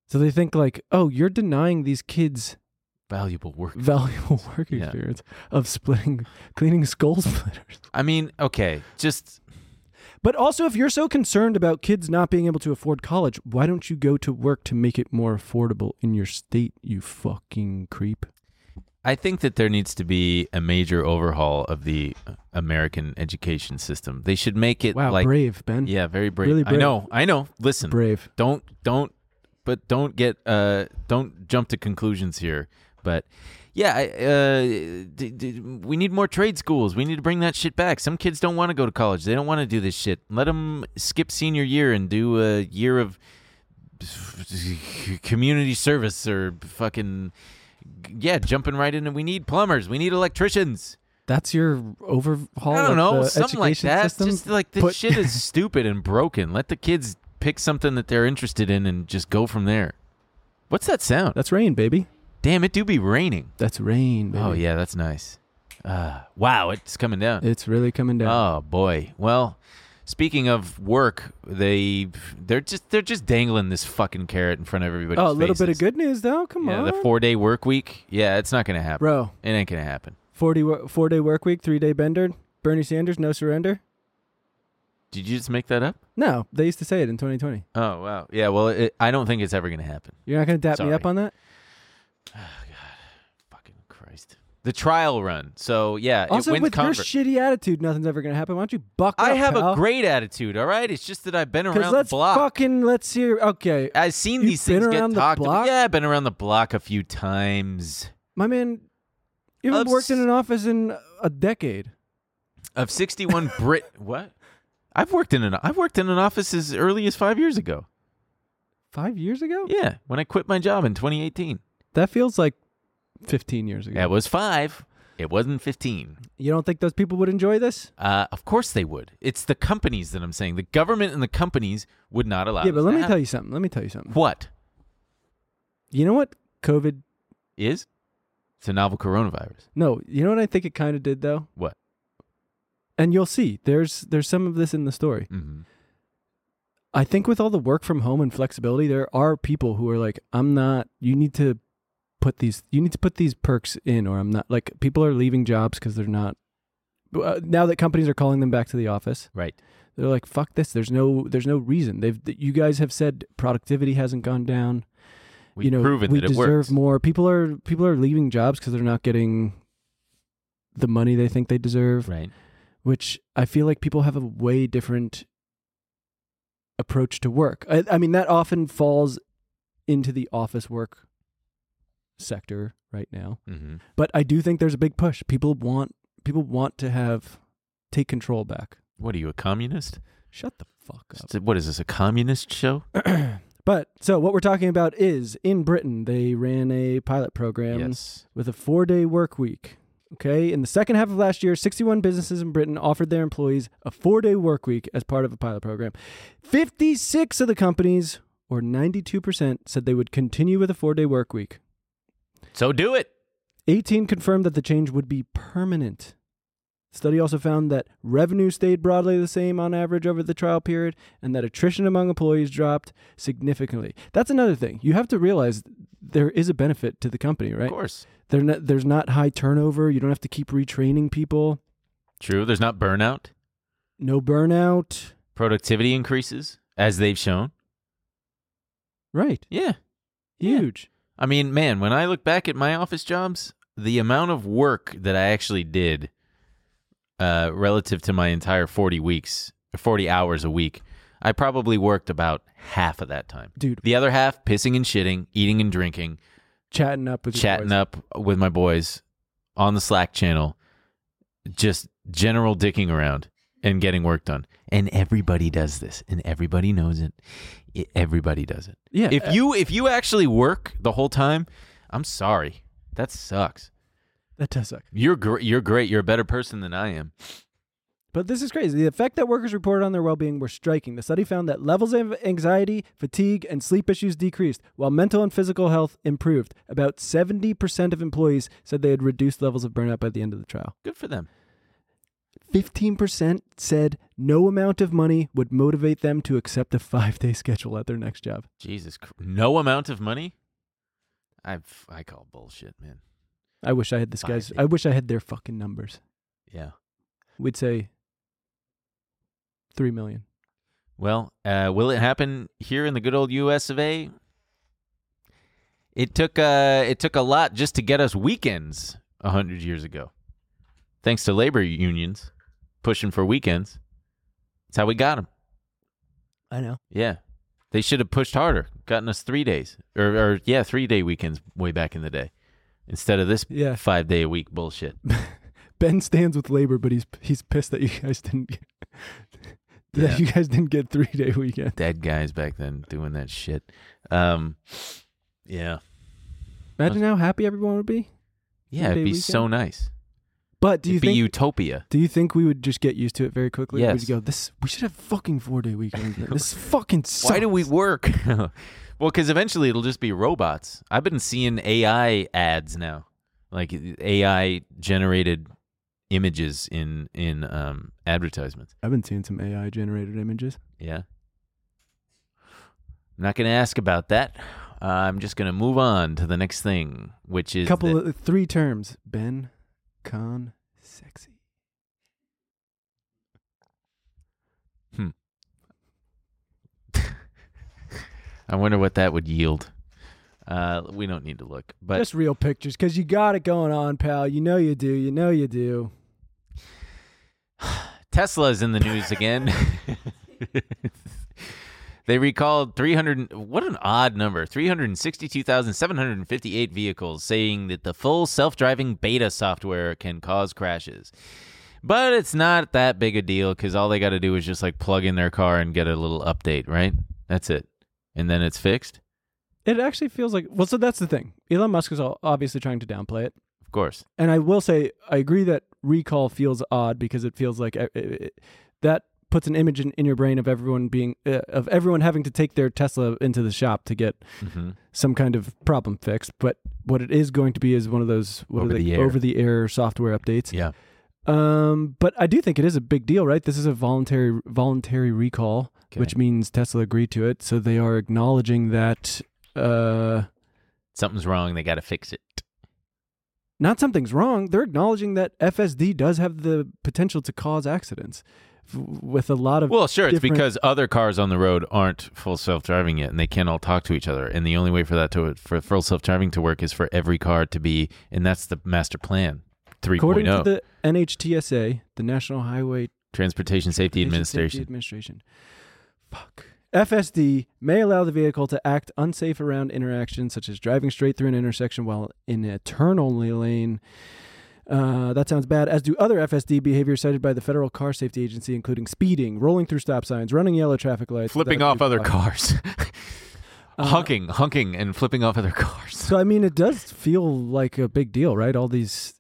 So they think like, oh, you're denying these kids [laughs]
Valuable work.
valuable work
Yeah.
experience of splitting, cleaning skull splitters.
I mean, okay, just
But also, if you're so concerned about kids not being able to afford college, why don't you go to work to make it more affordable in your state, you fucking creep?
I think that there needs to be a major overhaul of the American education system. They should make it
Wow,
like
brave, Ben.
yeah, very brave.
Really
I
brave.
know, I know. Listen,
Brave.
don't don't but don't get uh don't jump to conclusions here but yeah I, uh d- d- we need more trade schools we need to bring that shit back some kids don't want to go to college they don't want to do this shit let them skip senior year and do a year of community service or fucking yeah jumping right into we need plumbers we need electricians
That's your overhaul
I don't
of
know,
the
something like
education
that.
system?
Just like the
Put-
shit is
[laughs]
stupid and broken. Let the kids pick something that they're interested in and just go from there. What's that sound?
That's rain, baby.
Damn, it do be raining.
That's rain, baby.
Oh yeah, that's nice. Uh, wow, it's coming down.
It's really coming down.
Oh boy. Well, speaking of work, they they're just they're just dangling this fucking carrot in front of everybody.
Oh, a little bit of good news, though. Come
Yeah,
on.
the four day work week. Yeah, it's not gonna happen.
Bro,
It ain't gonna happen.
40 wo- four day work week, three day bender. Bernie Sanders, no surrender.
Did you just make that up?
No, they used to say it in 2020.
Oh wow. Yeah. Well, it, I don't think it's ever gonna happen.
You're not going to dap
Sorry.
me up on that?
Fucking Christ. The trial run. So yeah,
Also,
it wins
with
Conver-
your shitty attitude, nothing's ever gonna happen. Why don't you buck up?
I have
pal?
a great attitude, all right? It's just that I've been
'Cause
around
let's
the block.
fucking let's hear. Okay,
I've seen
You've
these things
been
get
around the
talked
block?
about. Yeah, I've been around the block a few times.
my man, you haven't
Obs-
worked in an office in a decade. [laughs]
Of 61 Brit What? I've worked in an I've worked in an office as early as 5 years ago.
five years ago?
Yeah, when I quit my job in 2018.
That feels like 15 years ago.
That was five. It wasn't 15.
You don't think those people would enjoy this?
Uh, of course they would. It's the companies that I'm saying. The government and the companies would not allow.
yeah, but let me tell you something. Let me tell you something.
what
You know what COVID?
is. It's a novel coronavirus.
No, you know what I think it kind of did though.
What?
And you'll see. There's there's some of this in the story.
hmm
I think with all the work from home and flexibility, there are people who are like, I'm not. You need to put these. You need to put these perks in, or I'm not. Like people are leaving jobs because they're not. Uh, now that companies are calling them back to the office,
Right.
they're like, "Fuck this." There's no. There's no reason. They've. You guys have said productivity hasn't gone down.
We've
you know,
proven
we
that it
deserve
works.
more. People are people are leaving jobs because they're not getting the money they think they deserve.
Right.
Which I feel like people have a way different approach to work. I, I mean, that often falls into the office work sector right now.
hmm
But I do think there's a big push. People want people want to have take control back.
What are you, a communist?
Shut the fuck up.
It's a- What is this, a communist show?
But so what we're talking about is in Britain they ran a pilot program
yes.
with a four day work week. Okay. In the second half of last year, 61 businesses in Britain offered their employees a four day work week as part of a pilot program. 56 of the companies, or 92%, said they would continue with a four day work week.
So do it.
18 confirmed that the change would be permanent. The study also found that revenue stayed broadly the same on average over the trial period and that attrition among employees dropped significantly. That's another thing. You have to realize there is a benefit to the company, right?
Of course.
They're not, there's not high turnover. You don't have to keep retraining people.
True. There's not burnout.
No burnout.
Productivity increases, as they've shown.
Right.
Yeah. Yeah.
Huge.
I mean, man, when I look back at my office jobs, the amount of work that I actually did uh, relative to my entire 40 weeks, 40 hours a week, I probably worked about half of that time.
Dude,
The other half, pissing and shitting, eating and drinking,
chatting up with your
chatting
boys.
up with my boys on the Slack channel, just general dicking around and getting work done. And everybody does this, and everybody knows it. I- Everybody does it.
Yeah.
If you if you actually work the whole time, I'm sorry, that sucks.
That does suck.
You're gr- you're great. You're a better person than I am.
But this is crazy. The effect that workers reported on their well being were striking. The study found that levels of anxiety, fatigue, and sleep issues decreased, while mental and physical health improved. About 70% of employees said they had reduced levels of burnout by the end of the trial.
Good for them.
15% said no amount of money would motivate them to accept a five day schedule at their next job.
Jesus, Christ. no amount of money. I I call bullshit, man.
I wish I had this
Five
guy's.
days.
I wish I had their fucking numbers.
Yeah.
We'd say three million.
Well, uh, will it happen here in the good old U.S. of A? It took uh, it took a lot just to get us weekends a hundred years ago, thanks to labor unions pushing for weekends. That's how we got them.
I know.
Yeah, they should have pushed harder, gotten us three days or, or yeah, three day weekends way back in the day, instead of this
Yeah.
five day a
[laughs]
week bullshit.
Ben stands with labor, but he's he's pissed that you guys didn't get, [laughs] that
Yeah.
you guys didn't get three day weekend.
Dead guys back then doing that shit. Um, yeah,
Imagine how happy everyone would be.
yeah, it'd
Three-day
be so nice.
But do you
It'd be
think
utopia.
do you think we would just get used to it very quickly?
Yes.
We'd go this. We should have fucking four day weekends.
[laughs]
this fucking. Sucks.
Why do we work? [laughs] well, because eventually it'll just be robots. I've been seeing AI ads now, like AI generated images in in um, advertisements.
I've been seeing some AI generated images.
Yeah, I'm not going to ask about that. Uh, I'm just going to move on to the next thing, which
A
is
couple
that-
of three terms. Ben, con, sexy.
I wonder what that would yield. Uh, we don't need to look, but
Just real pictures, cause you got it going on, pal. You know you do. You know you do.
Tesla's in the news again. they recalled 300 and- what an odd number 362,758 vehicles saying that the full self-driving beta software can cause crashes. But it's not that big a deal cuz all they got to do is just like plug in their car and get a little update, right? That's it. and then it's fixed?
It actually feels like well, so that's the thing. Elon Musk is all- obviously trying to downplay it,
Of course.
and I will say I agree that recall feels odd because it feels like uh, it, it- that puts an image in, in your brain of everyone being uh, of everyone having to take their Tesla into the shop to get
hmm
some kind of problem fixed. But what it is going to be is one of those what
Over
are they
the air.
over the air software updates.
Yeah.
Um, but I do think it is a big deal, right? This is a voluntary voluntary recall,
Okay.
which means Tesla agreed to it, so they are acknowledging that uh,
Something's wrong. They got to fix it.
not something's wrong. They're acknowledging that FSD does have the potential to cause accidents f- with a lot of
Well, sure. It's
different-
because other cars on the road aren't full self driving yet, and they can't all talk to each other. And the only way for that to for full self driving to work is for every car to be, and that's the master plan. oh, 3.0
according to the NHTSA, the National Highway
Transportation Safety
Transportation Safety
Administration.
Administration. Fuck. FSD may allow the vehicle to act unsafe around interactions such as driving straight through an intersection while in a turn only lane. Uh, that sounds bad, as do other FSD behavior cited by the Federal Car Safety Agency, including speeding, rolling through stop signs, running yellow traffic lights,
flipping
without
off other
fucking-
cars, [laughs] hunking, hunking, and flipping off other cars.
Uh-huh. So I mean, it does feel like a big deal, right? All these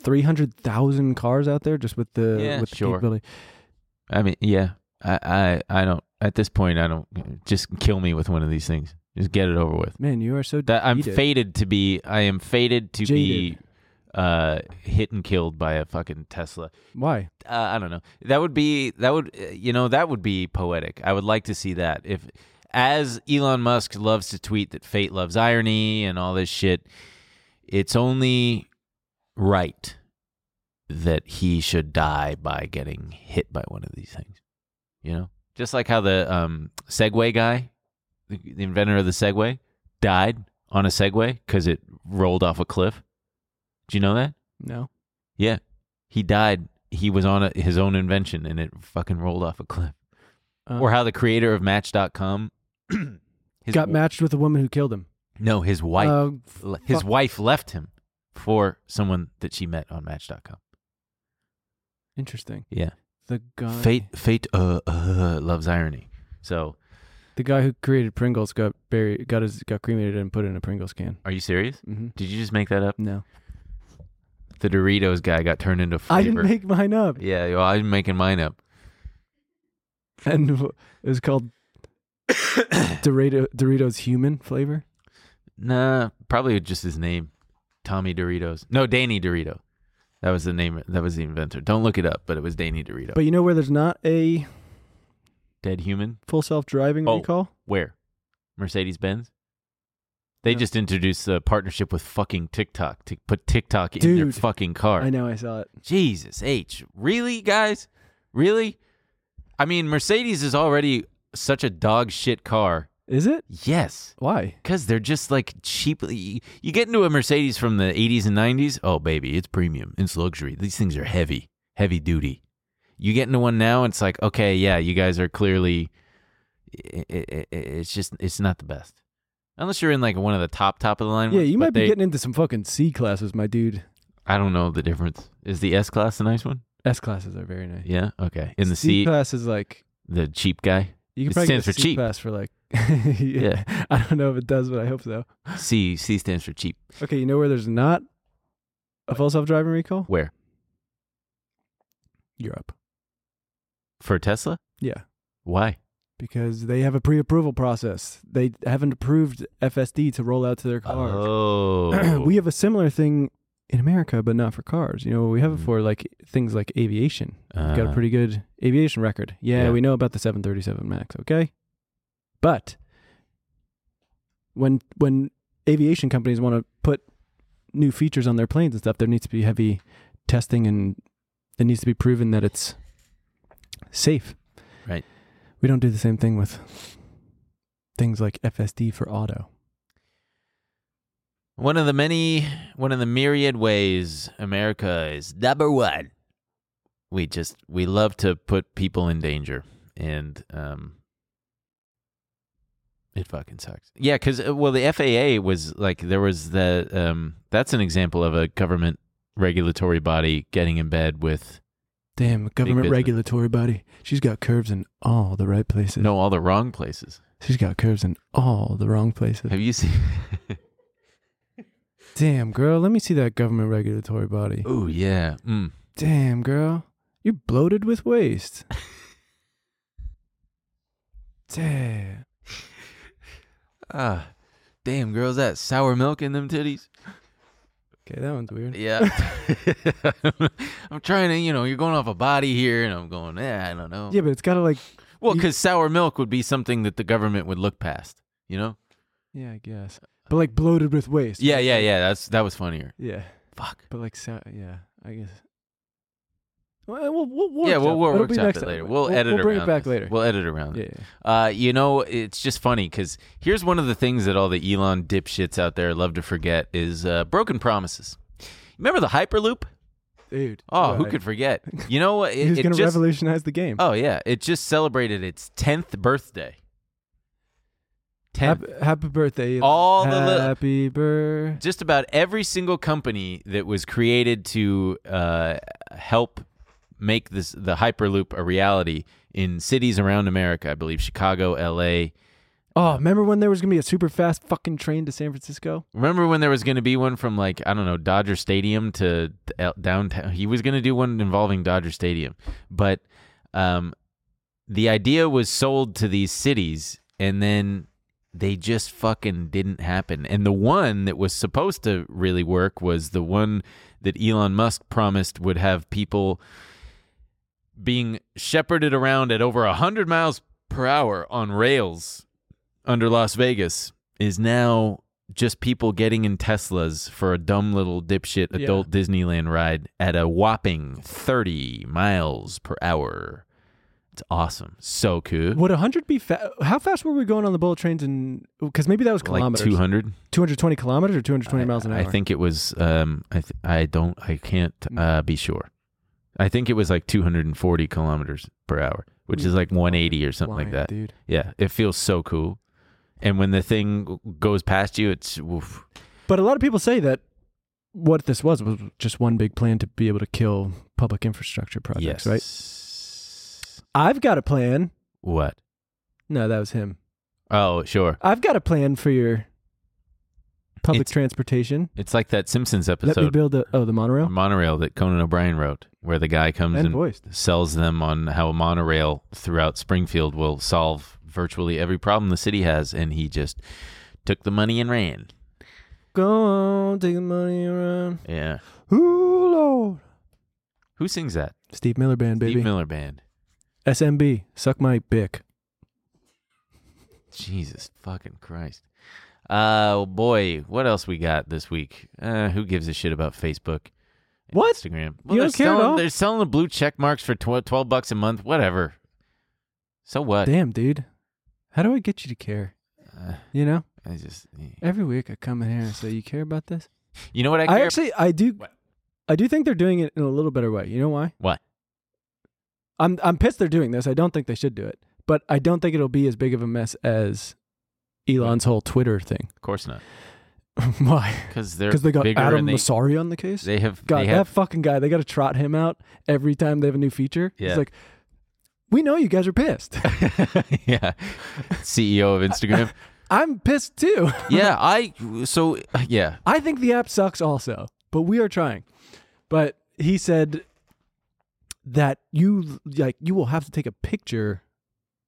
three hundred thousand cars out there just with the
Yeah,
with the
sure.
capability.
I mean, yeah, I, I, I don't. At this point, I don't. Just kill me with one of these things. Just get it over with.
Man, you are so
That I'm
defeated.
fated to be. I am fated to be uh, hit and killed by a fucking Tesla.
Why?
uh, I don't know. That would be that would uh, you know that would be poetic. I would like to see that. If as Elon Musk loves to tweet that fate loves irony and all this shit, it's only right that he should die by getting hit by one of these things. You know, just like how the um, Segway guy, the, the inventor of the Segway, died on a Segway because it rolled off a cliff. Do you know that?
No.
Yeah, he died. He was on a, his own invention, and it fucking rolled off a cliff.
Uh,
or how the creator of
[clears throat]
Match.com his
got
w-
matched with the woman who killed him.
No, his wife.
Oh,
le- his
fuck.
wife left him for someone that she met on Match.com.
Interesting.
Yeah,
The guy,
fate, fate, uh, uh, loves irony. So,
the guy who created Pringles got buried, got his, got cremated and put in a Pringles can.
are you serious?
hmm
Did you just make that up?
No,
The Doritos guy got turned into flavor.
I didn't make mine up,
Yeah, well, I'm making mine up.
and it was
[coughs]
called Dorito, Doritos Human Flavor.
Nah, probably just his name, Tommy Doritos. No, Danny Dorito. That was the name. That was the inventor. Don't look it up, but it was Danny Dorito.
But you know where there's not a
Dead human.
full self driving
Oh.
recall?
Where? Mercedes Benz. They
No.
just introduced a partnership with fucking TikTok to put TikTok in their
Dude,
fucking car.
I know, I saw it.
Jesus H. Really, guys? Really? I mean, Mercedes is already such a dog shit car.
Is it?
Yes.
Why?
Because they're just like cheaply. You, you get into a Mercedes from the 80s and 90s. Oh, baby, it's premium. It's luxury. These things are heavy, heavy duty. You get into one now, it's like, okay, yeah, you guys are clearly. i i i it's just, it's not the best. Unless you're in like one of the top, top of the line
Yeah,
ones,
you
but
might be
they-
getting into some fucking C classes, my dude.
I don't know the difference. Is the S class the nice one?
S classes are very nice.
Yeah. Okay. In the
C
C,
class is like
the cheap guy.
You can
It
probably
stands
get a
for
C
cheap.
class for like. [laughs] yeah. I don't know if it does, but I hope so.
C, C stands for cheap.
Okay, you know where there's not a full self driving recall?
Where?
Europe.
For Tesla?
Yeah,
Why?
because they have a pre approval process. They haven't approved FSD to roll out to their cars.
Oh.
[clears throat] we have a similar thing in America, but not for cars. You know, we have it
Mhm.
for like things like aviation. We've got a
Uh,
pretty good aviation record. Yeah,
Yeah.
we know about the 737 Max, okay? But when when aviation companies want to put new features on their planes and stuff, there needs to be heavy testing and it needs to be proven that it's safe.
Right.
We don't do the same thing with things like FSD for auto.
One of the many, one of the myriad ways America is number one. We just we love to put people in danger, and um, it fucking sucks. Yeah, because well, the FAA was like there was the um, that's an example of a government regulatory body getting in bed with
Damn, government
business.
regulatory body. She's got curves in all the right places.
No, all the wrong places.
She's got curves in all the wrong places.
Have you [laughs] seen?
Damn, girl, let me see that government regulatory body.
oh yeah. Mm.
Damn, girl, you're bloated with
[laughs]
waste. Damn.
Ah, damn, girls, that sour milk in them titties.
Okay, that one's weird.
Yeah. [laughs] I'm trying to, you know, you're going off a body here, and I'm going, eh, I don't know.
Yeah, but it's gotta like.
Well, because sour milk would be something that the government would look past, you know?
Yeah, I guess. But like bloated with waste.
Yeah, yeah, yeah. That's that was funnier.
Yeah.
Fuck.
But like, so, yeah, I guess. Well, we'll, we'll work
yeah, we'll,
out-
we'll
it'll be
workshop
next
it
time.
later. We'll, edit
We'll bring
around
it back
this.
later.
We'll edit around.
yeah,
it. Uh, you know, it's just funny because here's one of the things that all the Elon dipshits out there love to forget is uh, broken promises. Remember the Hyperloop?
yeah. dude.
Oh, who
right. [laughs]
could forget? You know, what? it,
He's
it
gonna
just
revolutionize the game.
oh yeah, it just celebrated its tenth birthday. Tenth.
happy, happy birthday! Elon.
All the little-
happy birthday.
just about every single company that was created to uh, help make this the Hyperloop a reality in cities around America. I believe Chicago, L.A.
Oh, remember when there was gonna be a super fast fucking train to San Francisco?
Remember when there was going to be one from like I don't know Dodger Stadium to L- downtown? He was going to do one involving Dodger Stadium, but um, the idea was sold to these cities, and then they just fucking didn't happen. And the one that was supposed to really work was the one that Elon Musk promised would have people being shepherded around at over hundred miles per hour on rails under Las Vegas is now just people getting in Teslas for a dumb little dipshit
Yeah.
adult Disneyland ride at a whopping 30 miles per hour. It's awesome. So cool.
Would hundred be fa- how fast were we going on the bullet trains? And because maybe that was
Like
kilometers,
200?
220 kilometers or two hundred twenty miles an hour. Mm.
I think it was. Um, I th- I don't. I can't uh, be sure. I think it was like 240 kilometers per hour, which
Mm.
is like 180 or something like
Wild,
that.
dude.
Yeah, it feels so cool. And when the thing goes past you, it's oof.
But a lot of people say that what this was was just one big plan to be able to kill public infrastructure projects,
yes.
right? I've got a plan.
What?
No, that was him.
Oh, sure.
I've got a plan for your public
It's-
transportation.
It's like that Simpsons
Let me
episode
build a oh the monorail.
monorail that Conan O'Brien wrote, where the guy comes
And
and
voiced.
sells them on how a monorail throughout Springfield will solve virtually every problem the city has, and he just took the money and ran.
Go on, take the money around.
Yeah.
Ooh Lord.
Who sings that?
Steve Miller Band, baby.
Steve Miller Band.
SMB, suck my bick.
Jesus fucking Christ. Oh boy, what else we got this week? Uh, who gives a shit about Facebook? and
What?
Instagram?
You
they're
don't care at
selling,
all?
They're selling the blue check marks for tw- twelve bucks a month. Whatever. So what?
Damn, dude. How do I get you to care?
Uh,
You know,
I just. eh.
every week I come in here and say, "You care about this."
You know what I,
I,
care-
actually, I do,
What?
I do think they're doing it in a little better way. You know why?
What?
I'm I'm pissed they're doing this. I don't think they should do it, but I don't think it'll be as big of a mess as Elon's whole Twitter thing. [laughs]
Of course not.
why?
Because they're
Because they got
bigger
Adam
and they,
Masari on the case.
they have.
God,
they
that
have
fucking guy. They got to trot him out every time they have a new feature.
Yeah.
He's like, we know you guys are pissed. [laughs]
[laughs] yeah. CEO of Instagram.
I'm pissed too. [laughs]
yeah, I. So yeah,
I think the app sucks also, but we are trying. But he said that you like you will have to take a picture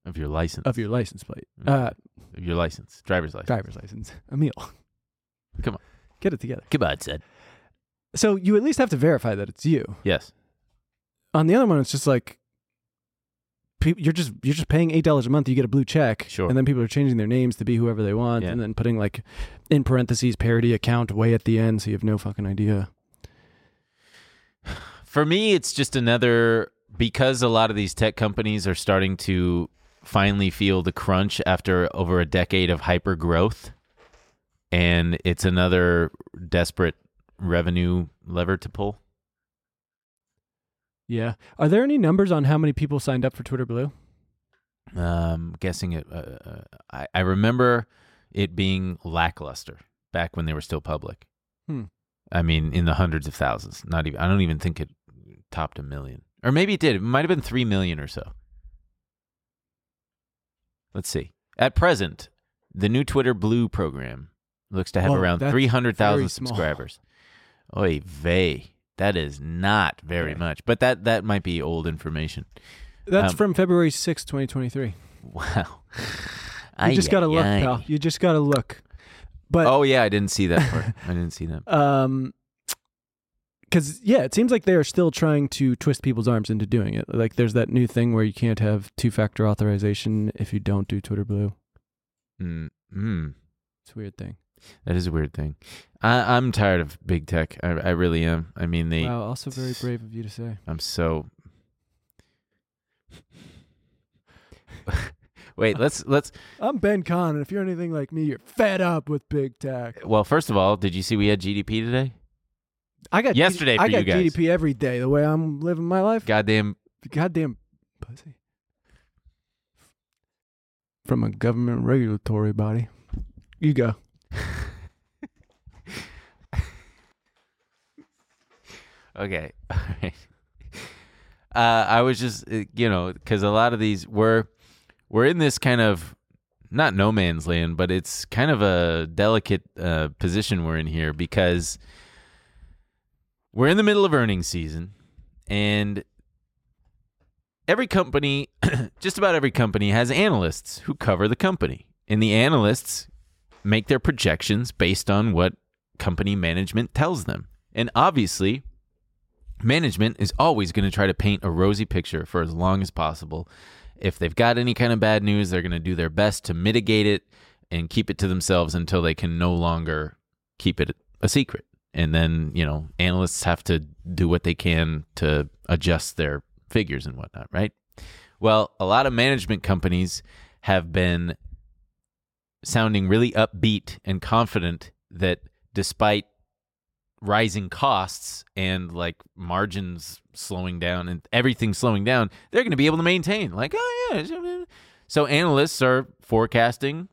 of your license.
of your license plate,
Mm-hmm.
uh,
Of your license, driver's license.
driver's license, Emil.
Come on.
Get it together.
Come on, said.
So you at least have to verify that it's you.
Yes.
On the other one, it's just like pe- you're just you're just paying eight dollars a month. You get a blue check,
Sure.
and then people are changing their names to be whoever they want,
Yeah.
and then putting like in parentheses parody account way at the end, so you have no fucking idea.
For me, it's just another because a lot of these tech companies are starting to finally feel the crunch after over a decade of hyper growth. And it's another desperate revenue lever to pull.
Yeah. Are there any numbers on how many people signed up for Twitter Blue?
Um, guessing it, uh, uh, I, I remember it being lackluster back when they were still public.
Hmm.
I mean, in the hundreds of thousands. Not even. I don't even think it topped a million, Or maybe it did. It might have been 3 million or so. Let's see. At present, the new Twitter Blue program looks to have
Whoa,
around
that's
300,000
very small.
subscribers. Oy vey. That is not very
Yeah.
much, but that that might be old information.
That's
Um,
from February sixth, 2023. You
[laughs] Wow.
just
Ay,
got to
ay,
look,
ay.
pal. You just got to look. But
Oh yeah, I didn't see that part. I didn't see that. [laughs]
Um, because yeah, it seems like they are still trying to twist people's arms into doing it. Like there's that new thing where you can't have two-factor authorization if you don't do Twitter Blue.
Mm, mm.
It's a weird thing.
That is a weird thing. I, I'm tired of big tech. I, I really am. I mean, they.
Wow, also very brave of you to say.
I'm so. [laughs] Wait, let's let's.
I'm Ben Kahn, and if you're anything like me, you're fed up with big tech.
Well, first of all, did you see we had GDP today?
I got
Yesterday
G- I
for
got
you guys.
GDP every day. The way I'm living my life,
Goddamn.
goddamn pussy. From a government regulatory body. You go.
Okay. [laughs] All right. Uh, I was just, uh, you know, because a lot of these were, we're in this kind of, not no man's land, but it's kind of a delicate uh, position we're in here because we're in the middle of earnings season, and every company, [clears throat] just about every company, has analysts who cover the company, and the analysts make their projections based on what company management tells them. And obviously, management is always going to try to paint a rosy picture for as long as possible. If they've got any kind of bad news, they're going to do their best to mitigate it and keep it to themselves until they can no longer keep it a secret. And then, you know, analysts have to do what they can to adjust their figures and whatnot, right? Well, a lot of management companies have been sounding really upbeat and confident that despite rising costs and like margins slowing down and everything slowing down, they're going to be able to maintain. Like, oh yeah. it's- uh, So analysts are forecasting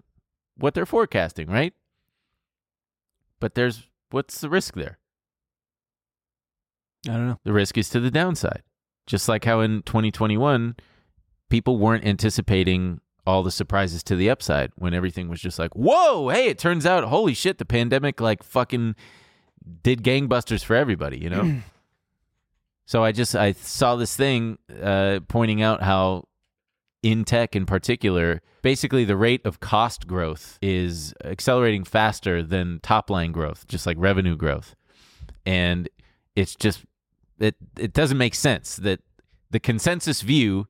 what they're forecasting, right? But there's what's the risk there?
I don't know.
The risk is to the downside. Just like how in 2021 people weren't anticipating all the surprises to the upside when everything was just like, "Whoa, hey, it turns out holy shit, the pandemic like fucking did gangbusters for everybody, you know?" [clears throat] so I just I saw this thing uh pointing out how in tech in particular, basically the rate of cost growth is accelerating faster than top line growth, just like revenue growth. And it's just it it doesn't make sense that the consensus view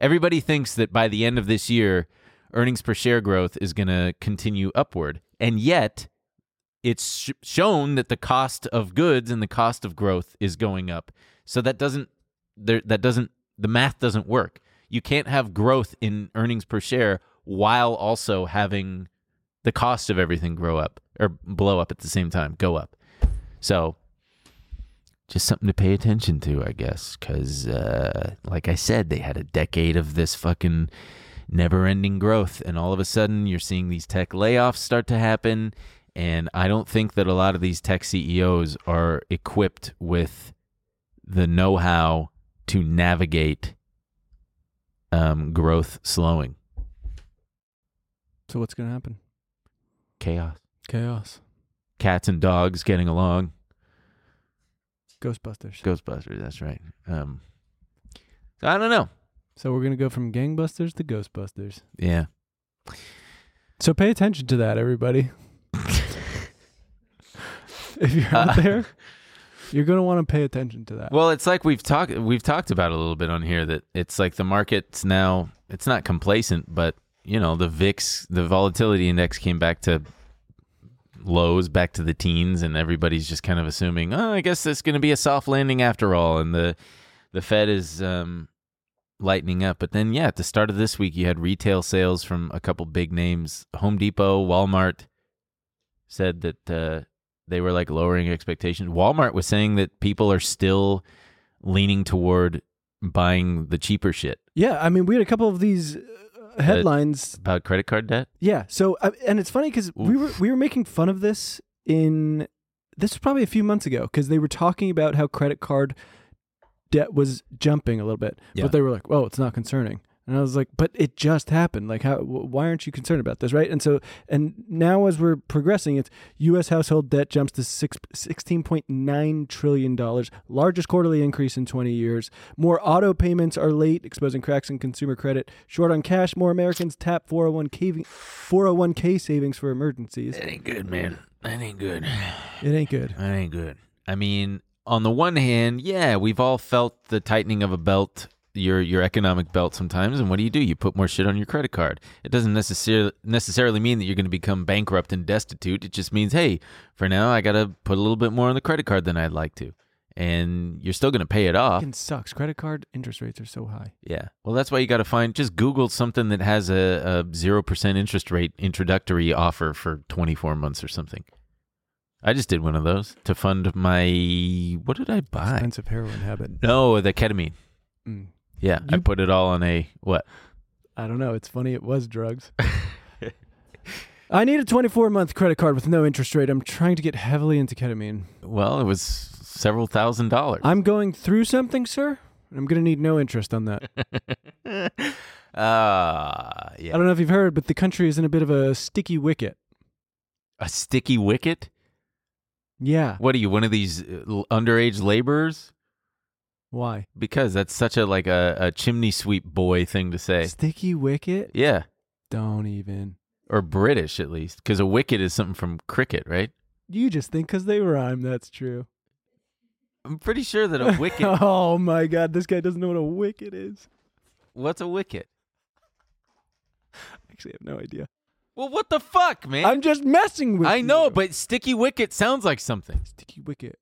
everybody thinks that by the end of this year earnings per share growth is going to continue upward and yet it's sh- shown that the cost of goods and the cost of growth is going up so that doesn't there that doesn't the math doesn't work you can't have growth in earnings per share while also having the cost of everything grow up or blow up at the same time go up so just something to pay attention to, I guess, because uh, like I said, they had a decade of this fucking never-ending growth, and all of a sudden, you're seeing these tech layoffs start to happen. And I don't think that a lot of these tech CEOs are equipped with the know-how to navigate um, growth slowing,
So what's gonna happen?
chaos,
Chaos.
cats and dogs getting along.
Ghostbusters.
Ghostbusters, that's right. Um, so I don't know.
So we're gonna go from gangbusters to Ghostbusters.
[laughs] Yeah.
So pay attention to that, everybody. [laughs] if you're out
[laughs] Uh,
there, you're gonna want to pay attention to that.
Well, it's like we've talked we've talked about a little bit on here that it's like the market's now it's not complacent, but you know the VIX, the volatility index came back to lows, back to the teens, and everybody's just kind of assuming, oh, I guess it's going to be a soft landing after all, and the the Fed is um, lightening up. But then, yeah, at the start of this week, you had retail sales from a couple big names, Home Depot, Walmart, said that. Uh, they were like lowering expectations. Walmart was saying that people are still leaning toward buying the cheaper shit
yeah, I mean, we had a couple of these uh, headlines.
about credit card debt.
yeah. So uh, and it's funny because we were we were making fun of this in this was probably a few months ago because they were talking about how credit card de- was jumping a little bit,
Yeah.
but they were like, "Oh, it's not concerning." And I was like, "But it just happened. Like, how? Wh- why aren't you concerned about this, right?" And so, and now as we're progressing, it's U.S. household debt jumps to six, 16.9 trillion dollars, largest quarterly increase in 20 years. More auto payments are late, exposing cracks in consumer credit. Short on cash, more Americans tap 401k 401k savings for emergencies.
That ain't good, man. That ain't good.
It ain't good.
That ain't good. I mean, on the one hand, yeah, we've all felt the tightening of a belt, your your economic belt sometimes, and what do you do? You put more shit on your credit card. It doesn't necessarily necessarily mean that you're going to become bankrupt and destitute. It just means, hey, for now I got to put a little bit more on the credit card than I'd like to. And you're still going to pay it off.
Fucking sucks. Credit card interest rates are so high.
Yeah. Well, that's why you got to find just Google something that has a, a 0% interest rate introductory offer for 24 months or something. I just did one of those to fund my. What did I buy?
Expensive heroin habit.
No, the ketamine.
Mm.
Yeah. I
You-
put it all on a. What?
I don't know. It's funny. It was
[laughs]
drugs. I need a 24 month credit card with no interest rate. I'm trying to get heavily into ketamine.
Well, it was several thousand dollars.
I'm going through something, sir. and I'm going to need no interest on that.
[laughs] Ah,
I
yeah.
don't know if you've heard, but the country is in a bit of a sticky wicket.
A sticky wicket?
Yeah.
What are you, one of these uh, l- underage laborers?
Why?
Because that's such a like a, a chimney sweep boy thing to say.
Sticky wicket?
Yeah.
Don't even.
or British at least, because a wicket is something from cricket, right?
You just think 'cause they rhyme, that's true.
I'm pretty sure that a wicket.
[laughs] oh my God, this guy doesn't know what a wicket is.
what's a wicket?
Actually, I have no idea.
Well, what the fuck, man?
I'm just messing with
I know,
you.
but sticky wicket sounds like something.
Sticky wicket.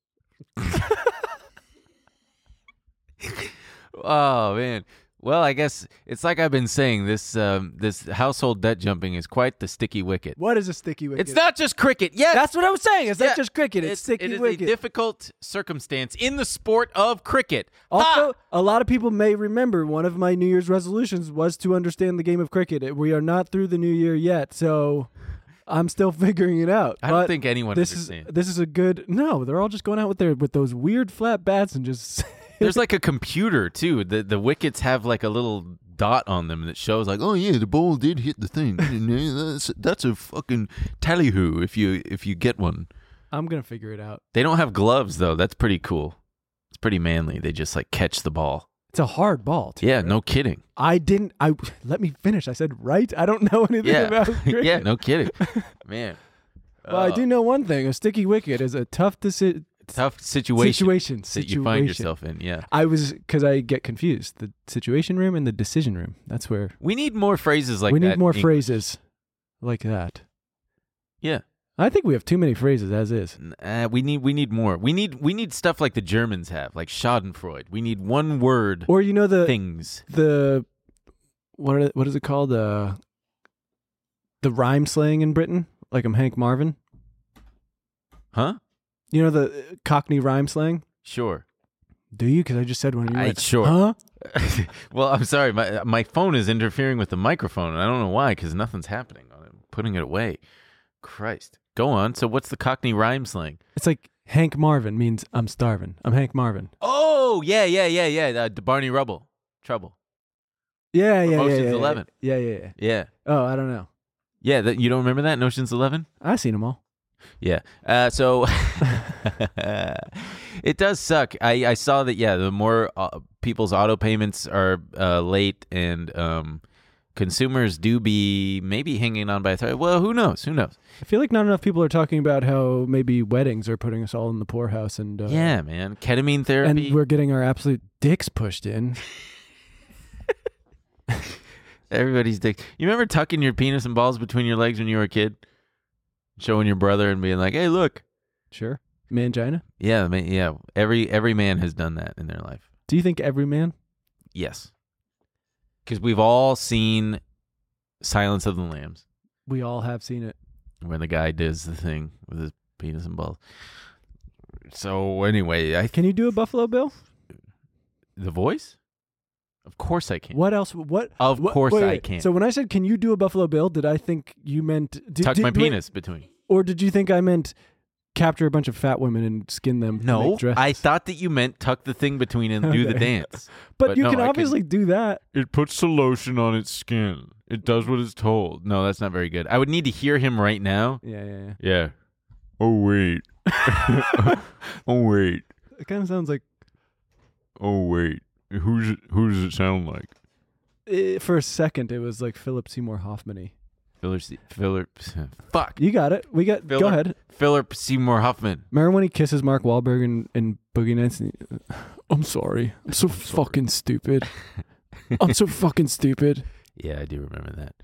Oh man. Well, I guess it's like I've been saying. This um, this household debt jumping is quite the sticky wicket.
What is a sticky wicket?
It's not just cricket. Yes,
That's what I was saying. It's
Yeah.
not just cricket. It's, sticky
it is
wicket.
a difficult circumstance in the sport of cricket.
also,
Ha!
a lot of people may remember one of my New Year's resolutions was to understand the game of cricket. We are not through the new year yet, so I'm still [laughs] figuring it out.
I don't
But
think anyone
this
understands.
is this is a good. No, they're all just going out with their with those weird flat bats and just [laughs]
There's like a computer too. The the wickets have like a little dot on them that shows like, oh yeah, the ball did hit the thing. [laughs] uh, that's, that's a fucking tallyhoo if you if you get one.
I'm gonna figure it out.
They don't have gloves though. That's pretty cool. It's pretty manly. They just like catch the ball.
It's a hard ball. Too.
Yeah, no
[laughs]
kidding.
I didn't. I let me finish. I said right. I don't know [laughs] anything
[laughs] Yeah,
about cricket.
yeah,
[laughs]
no kidding, man.
Well, I
Uh,
do know one thing. A sticky wicket is a tough decision.
tough situation,
Situation,
that you find
situation.
yourself in. Yeah,
I was because I get confused. The situation room and the decision room. That's where
we need more phrases like
we
that.
need more
in-
phrases like that.
Yeah,
I think we have too many phrases as is.
Uh, we need we need more. We need we need stuff like the Germans have, like Schadenfreude. We need one word
Or you know the
things.
the what are, what is it called? Uh, the rhyme slang in Britain. Like I'm Hank Marvin.
Huh?
You know the uh, Cockney rhyme slang.
Sure. [laughs]
Do you? Because I just said one. and you
I-
went,
sure.
Huh?
well, I'm sorry. My my phone is interfering with the microphone, and I don't know why because nothing's happening. I'm putting it away. Christ. Go on. So what's the Cockney rhyme slang?
It's like Hank Marvin means I'm starving. I'm Hank Marvin.
Oh yeah yeah yeah yeah. Uh, the Barney Rubble trouble.
Yeah, yeah, yeah,
Promotion's
yeah, yeah.
11.
Yeah, yeah, yeah.
Yeah
Oh, I don't know.
yeah. That, you don't remember that? Notions eleven.
I seen them all.
Yeah. Uh, so [laughs] it does suck. I, I saw that. Yeah, the more uh, people's auto payments are uh, late, and um, consumers do be maybe hanging on by a thread. Well, who knows? Who knows?
I feel like not enough people are talking about how maybe weddings are putting us all in the poorhouse and uh,
yeah, man. Ketamine therapy.
and we're getting our absolute dicks pushed
[laughs]
in.
Everybody's dick. You remember tucking your penis and balls between your legs when you were a kid, showing your brother and being like, "Hey, look."
Sure, mangina.
Yeah, man, yeah. Every every man has done that in their life.
Do you think every man?
Yes. Because we've all seen Silence of the Lambs,
We all have seen it.
where the guy does the thing with his penis and balls. So anyway, I
Can you do a Buffalo Bill?
the voice. Of course I can.
What else? What?
Of
what-
course
wait,
I
wait.
can.
So when I said, "Can you do a Buffalo Bill?" did I think you meant do,
Tuck
did-
my
wait,
penis between.
or did you think I meant capture a bunch of fat women and skin them. to
No,
make dresses.
I thought that you meant tuck the thing between and do
[laughs]
the
Okay.
dance.
but,
but
you
no,
can
I
obviously do that.
It puts the lotion on its skin. It does what it's told. No, that's not very good. I would need to hear him right now.
Yeah, yeah, yeah.
Yeah. Oh wait. oh wait.
It kind of sounds like
Oh wait. Who's who does it sound like?
eh, for a second it was like Philip Seymour Hoffman.
Filler, Se- Filler, [laughs] fuck.
You got it. We got. Go
Philip-
ahead.
Philip Seymour Hoffman.
Remember when he kisses Mark Wahlberg in, in Boogie Nights? And he, "Uh, I'm sorry. I'm
[laughs]
so fucking stupid. I'm so fucking stupid.
Yeah, I do remember that.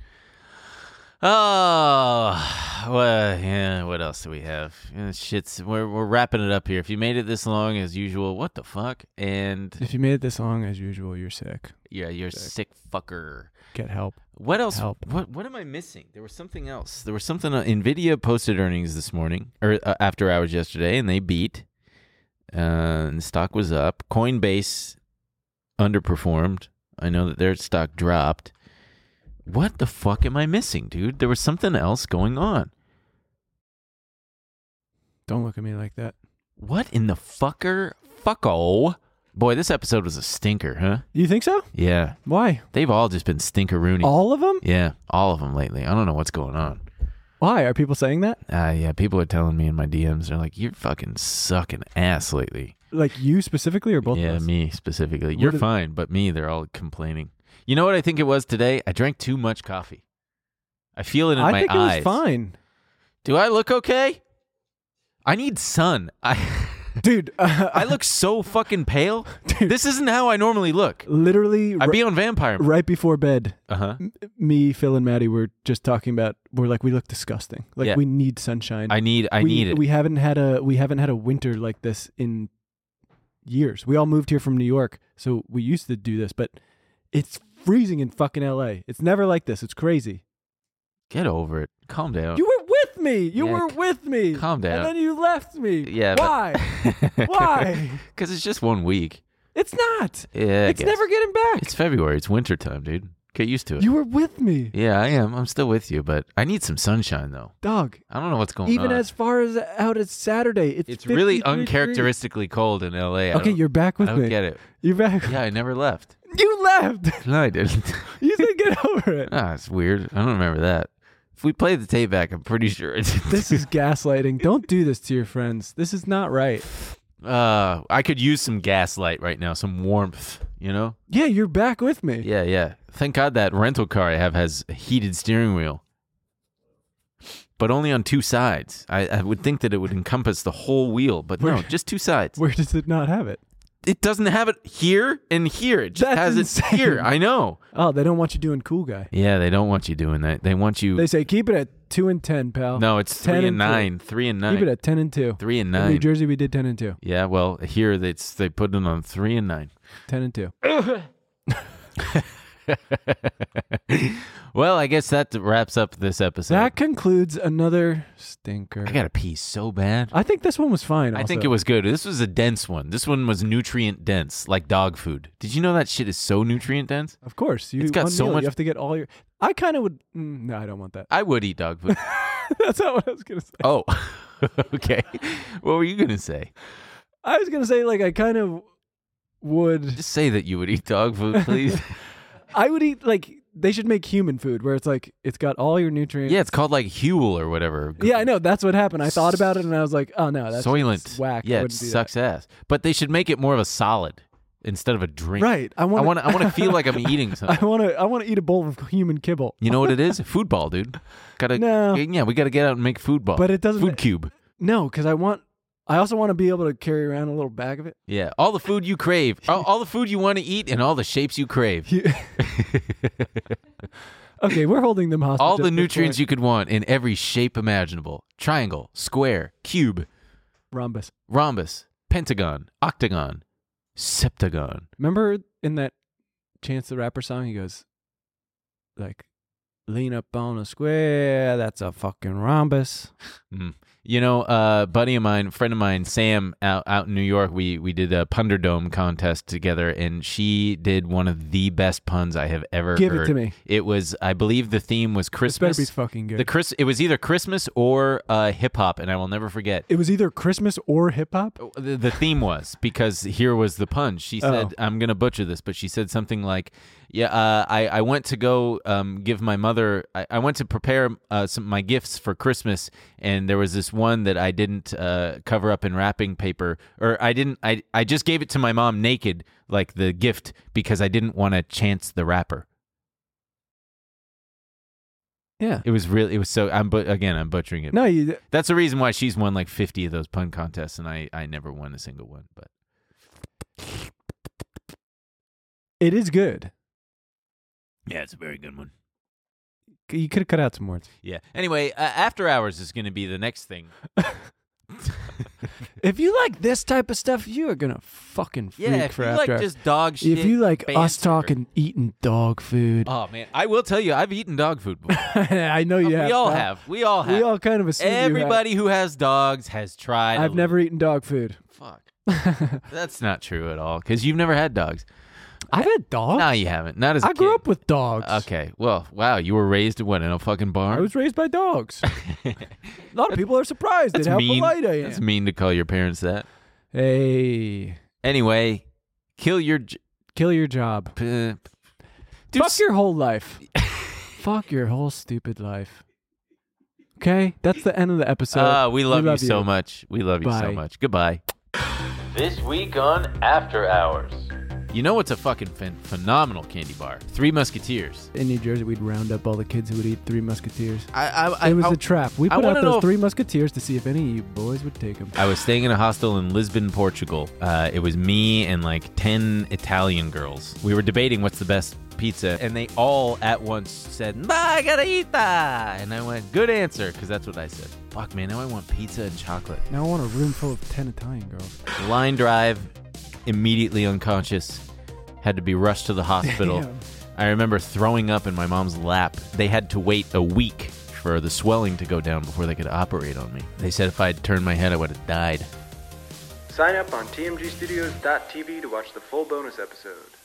Oh, well, yeah. What else do we have? Yeah, shit's we're we're wrapping it up here. If you made it this long as usual, what the fuck? And
If you made it this long, as usual, you're sick.
yeah, you're a sick fucker.
Get help.
What else?
Help.
What what am I missing? There was something else. There was something. Uh, Nvidia posted earnings this morning or uh, after hours yesterday, and they beat. Uh, and the stock was up. Coinbase underperformed. I know that their stock dropped. What the fuck am I missing, dude? There was something else going on.
Don't look at me like that.
What in the fucker? Fucko. Boy, this episode was a stinker, huh?
You think so?
Yeah.
Why?
They've all just been stinkeroony.
All of them?
yeah, all of them lately. I don't know what's going on.
Why are people saying that?
Uh, yeah, people are telling me in my DMs, they're like, you're fucking sucking ass lately.
Like you specifically, or both?
yeah,
of us?
me specifically.
What
You're
did-
fine, but me, they're all complaining. You know what I think it was today? I drank too much coffee. I feel it in
I
my
think it
eyes.
was fine,
Do I look okay? I need sun. I [laughs]
dude. [laughs] Uh,
I look so fucking pale.
Dude.
This isn't how I normally look.
literally
I'd
ri-
be on Vampire.
right before bed.
Uh huh.
Me, Phil, and Maddie were just talking about. We're like, we look disgusting. Like
Yeah.
we need sunshine.
I need. I
we,
need it.
We haven't had a we haven't had a winter like this in years. We all moved here from New York, so we used to do this, but it's freezing in fucking L.A. It's never like this. It's crazy.
Get over it. Calm down.
You were with me. You
Yeah,
were
c-
with me.
calm down.
And then you left me.
Yeah, but-
Why?
[laughs]
Why?
Because it's just one week.
it's not.
Yeah. I
it's
guess.
never getting back.
It's February. It's winter time, dude. Get used to it.
you were with me,
yeah, I am. I'm still with you, but I need some sunshine though.
dog.
I don't know what's going
Even
on.
as far as out as Saturday, it's
it's
53
really
degrees.
uncharacteristically cold in LA. I
Okay,
don't-
you're back
I
with
don't
me.
get it.
You're back.
Yeah, I never left.
[laughs] You left. [laughs]
No, I didn't.
you said get over it.
[laughs] ah, it's weird. I don't remember that. If we play the tape back, I'm pretty sure it's.
[laughs] This is gaslighting. Don't do this to your friends. This is not right.
[laughs] Uh, I could use some gaslight right now, some warmth. You know?
Yeah, you're back with me.
Yeah, yeah. Thank God that rental car I have has a heated steering wheel, but only on two sides. I, I would think that it would encompass the whole wheel, but no,
Where-
just two sides.
Where does it not have it?
It doesn't have it here and here. It just
That's
has it
insane.
here. I know.
Oh, they don't want you doing cool guy.
Yeah, they don't want you doing that. They want you.
They say keep it at two and ten, pal.
no, it's
10
three and
two.
nine. Three and
Keep it
nine.
at ten and two.
Three and
In New
nine.
Jersey, we did ten and two.
Yeah, well, here they they put it on three and nine. [laughs]
Ten and two.
well, I guess that wraps up this episode.
That concludes another stinker.
I gotta pee so bad.
I think this one was fine.
I think
also.
it was good. This was a dense one. This one was nutrient dense, like dog food. Did you know that shit is so nutrient dense?
Of course, you
It's got
one
so
meal,
much-
You have to get all your. I kind of would. Mm, no, I don't want that. [laughs]
I would eat dog food.
That's not what I was gonna say.
oh, [laughs] okay. What were you gonna say?
I was gonna say like I kind of would.
Just say that you would eat
[laughs]
dog food, please.
I would eat like they should make human food where it's like it's got all your nutrients.
yeah, it's called like Huel or whatever.
Yeah, I know. That's what happened. I thought about it and I was like, oh no, that's
Soylent.
just whack.
Yeah, it
Wouldn't do that.
sucks ass. But they should make it more of a solid instead of a drink.
Right. I
I
want.
want. I want to feel like I'm eating something.
[laughs] I want to. I want to eat a bowl of human kibble.
You know what it is? Food ball, dude. Gotta
No.
yeah, we gotta get out and make food ball.
But it doesn't-
food cube.
No, because I want. I also want to be able to carry around a little bag of it.
Yeah. All the food you crave. all, all the food you want to eat and all the shapes
[laughs]
you crave.
You- okay, we're holding them hostage.
All
at
the
this
nutrients
point.
you could want in every shape imaginable. Triangle, square, cube,
rhombus.
rhombus, pentagon, octagon, septagon.
Remember in that Chance the Rapper song, he goes like, "Lean up on a square, that's a fucking rhombus."
Mm. You know, uh, buddy of mine, friend of mine, Sam, out, out in New York, we we did a Punderdome contest together, and she did one of the best puns I have ever
Give
heard.
it to me.
It was, I believe, the theme was
This better
Christmas.
be fucking good.
the Chris, it was either Christmas or uh, hip hop, and I will never forget.
it was either Christmas or hip hop.
the, the theme was because here was the pun. She said, "I'm gonna butcher this," but she said something like, "Yeah, uh, I I went to go um, give my mother. I, I went to prepare uh, some my gifts for Christmas, and there was this one that I didn't uh, cover up in wrapping paper, or I didn't. I I just gave it to my mom naked, like the gift, because I didn't want to chance the wrapper.
Yeah.
It was really. It was so. I'm but again, I'm butchering it.
No, you.
That's the reason why she's won like 50 of those pun contests, and I, I never won a single one. But
It is good.
yeah, it's a very good one.
You could have cut out some words.
Yeah. Anyway, uh, After Hours is going to be the next thing.
If you like this type of stuff, you are gonna fucking freak
Yeah, if
for
you
after.
like
hours.
just dog shit.
if you like us
banter-
talking, eating dog food,
Oh, man. I will tell you, I've eaten dog food before.
[laughs] I know you.
we
have,
all
pal.
have. We all have.
We all kind of assume you have.
Everybody who has dogs has tried. a
I've
little-
never eaten dog food. [laughs]
Fuck. That's not true at all because you've never had dogs.
I've had dogs.
No, you haven't. Not as I
I grew up with dogs.
Okay. Well, wow. You were raised what in a fucking barn?
I was raised by
[laughs]
dogs. a lot of people are surprised at
That's
how
mean.
polite I am.
That's mean to call your parents that.
hey,
Anyway, kill your. J- uh,
kill your job.
p-
Fuck
s-
your whole
[laughs]
life. Fuck your whole stupid life. Okay, that's the end of the episode.
Ah, we love, you so much. We love you so
Bye.
much. Goodbye.
This week on After Hours.
You know what's a fucking phen phenomenal candy bar? Three Musketeers.
In New Jersey, we'd round up all the kids who would eat Three Musketeers.
I I,
it was a trap. We
I
put
wanna
out
know
those
if-
Three Musketeers to see if any of you boys would take them.
I was staying in a hostel in Lisbon, Portugal. Uh, it was me and like 10 Italian girls. We were debating what's the best pizza, and they all at once said, Margarita! And I went, good answer, because that's what I said. Fuck, man, now I want pizza and chocolate.
Now I want a room full of ten Italian girls.
Line drive, immediately unconscious, had to be rushed to the hospital.
Damn.
I remember throwing up in my mom's lap. They had to wait a week for the swelling to go down before they could operate on me. They said if I'd turned my head, I would have died.
Sign up on tmgstudios.tv to watch the full bonus episode.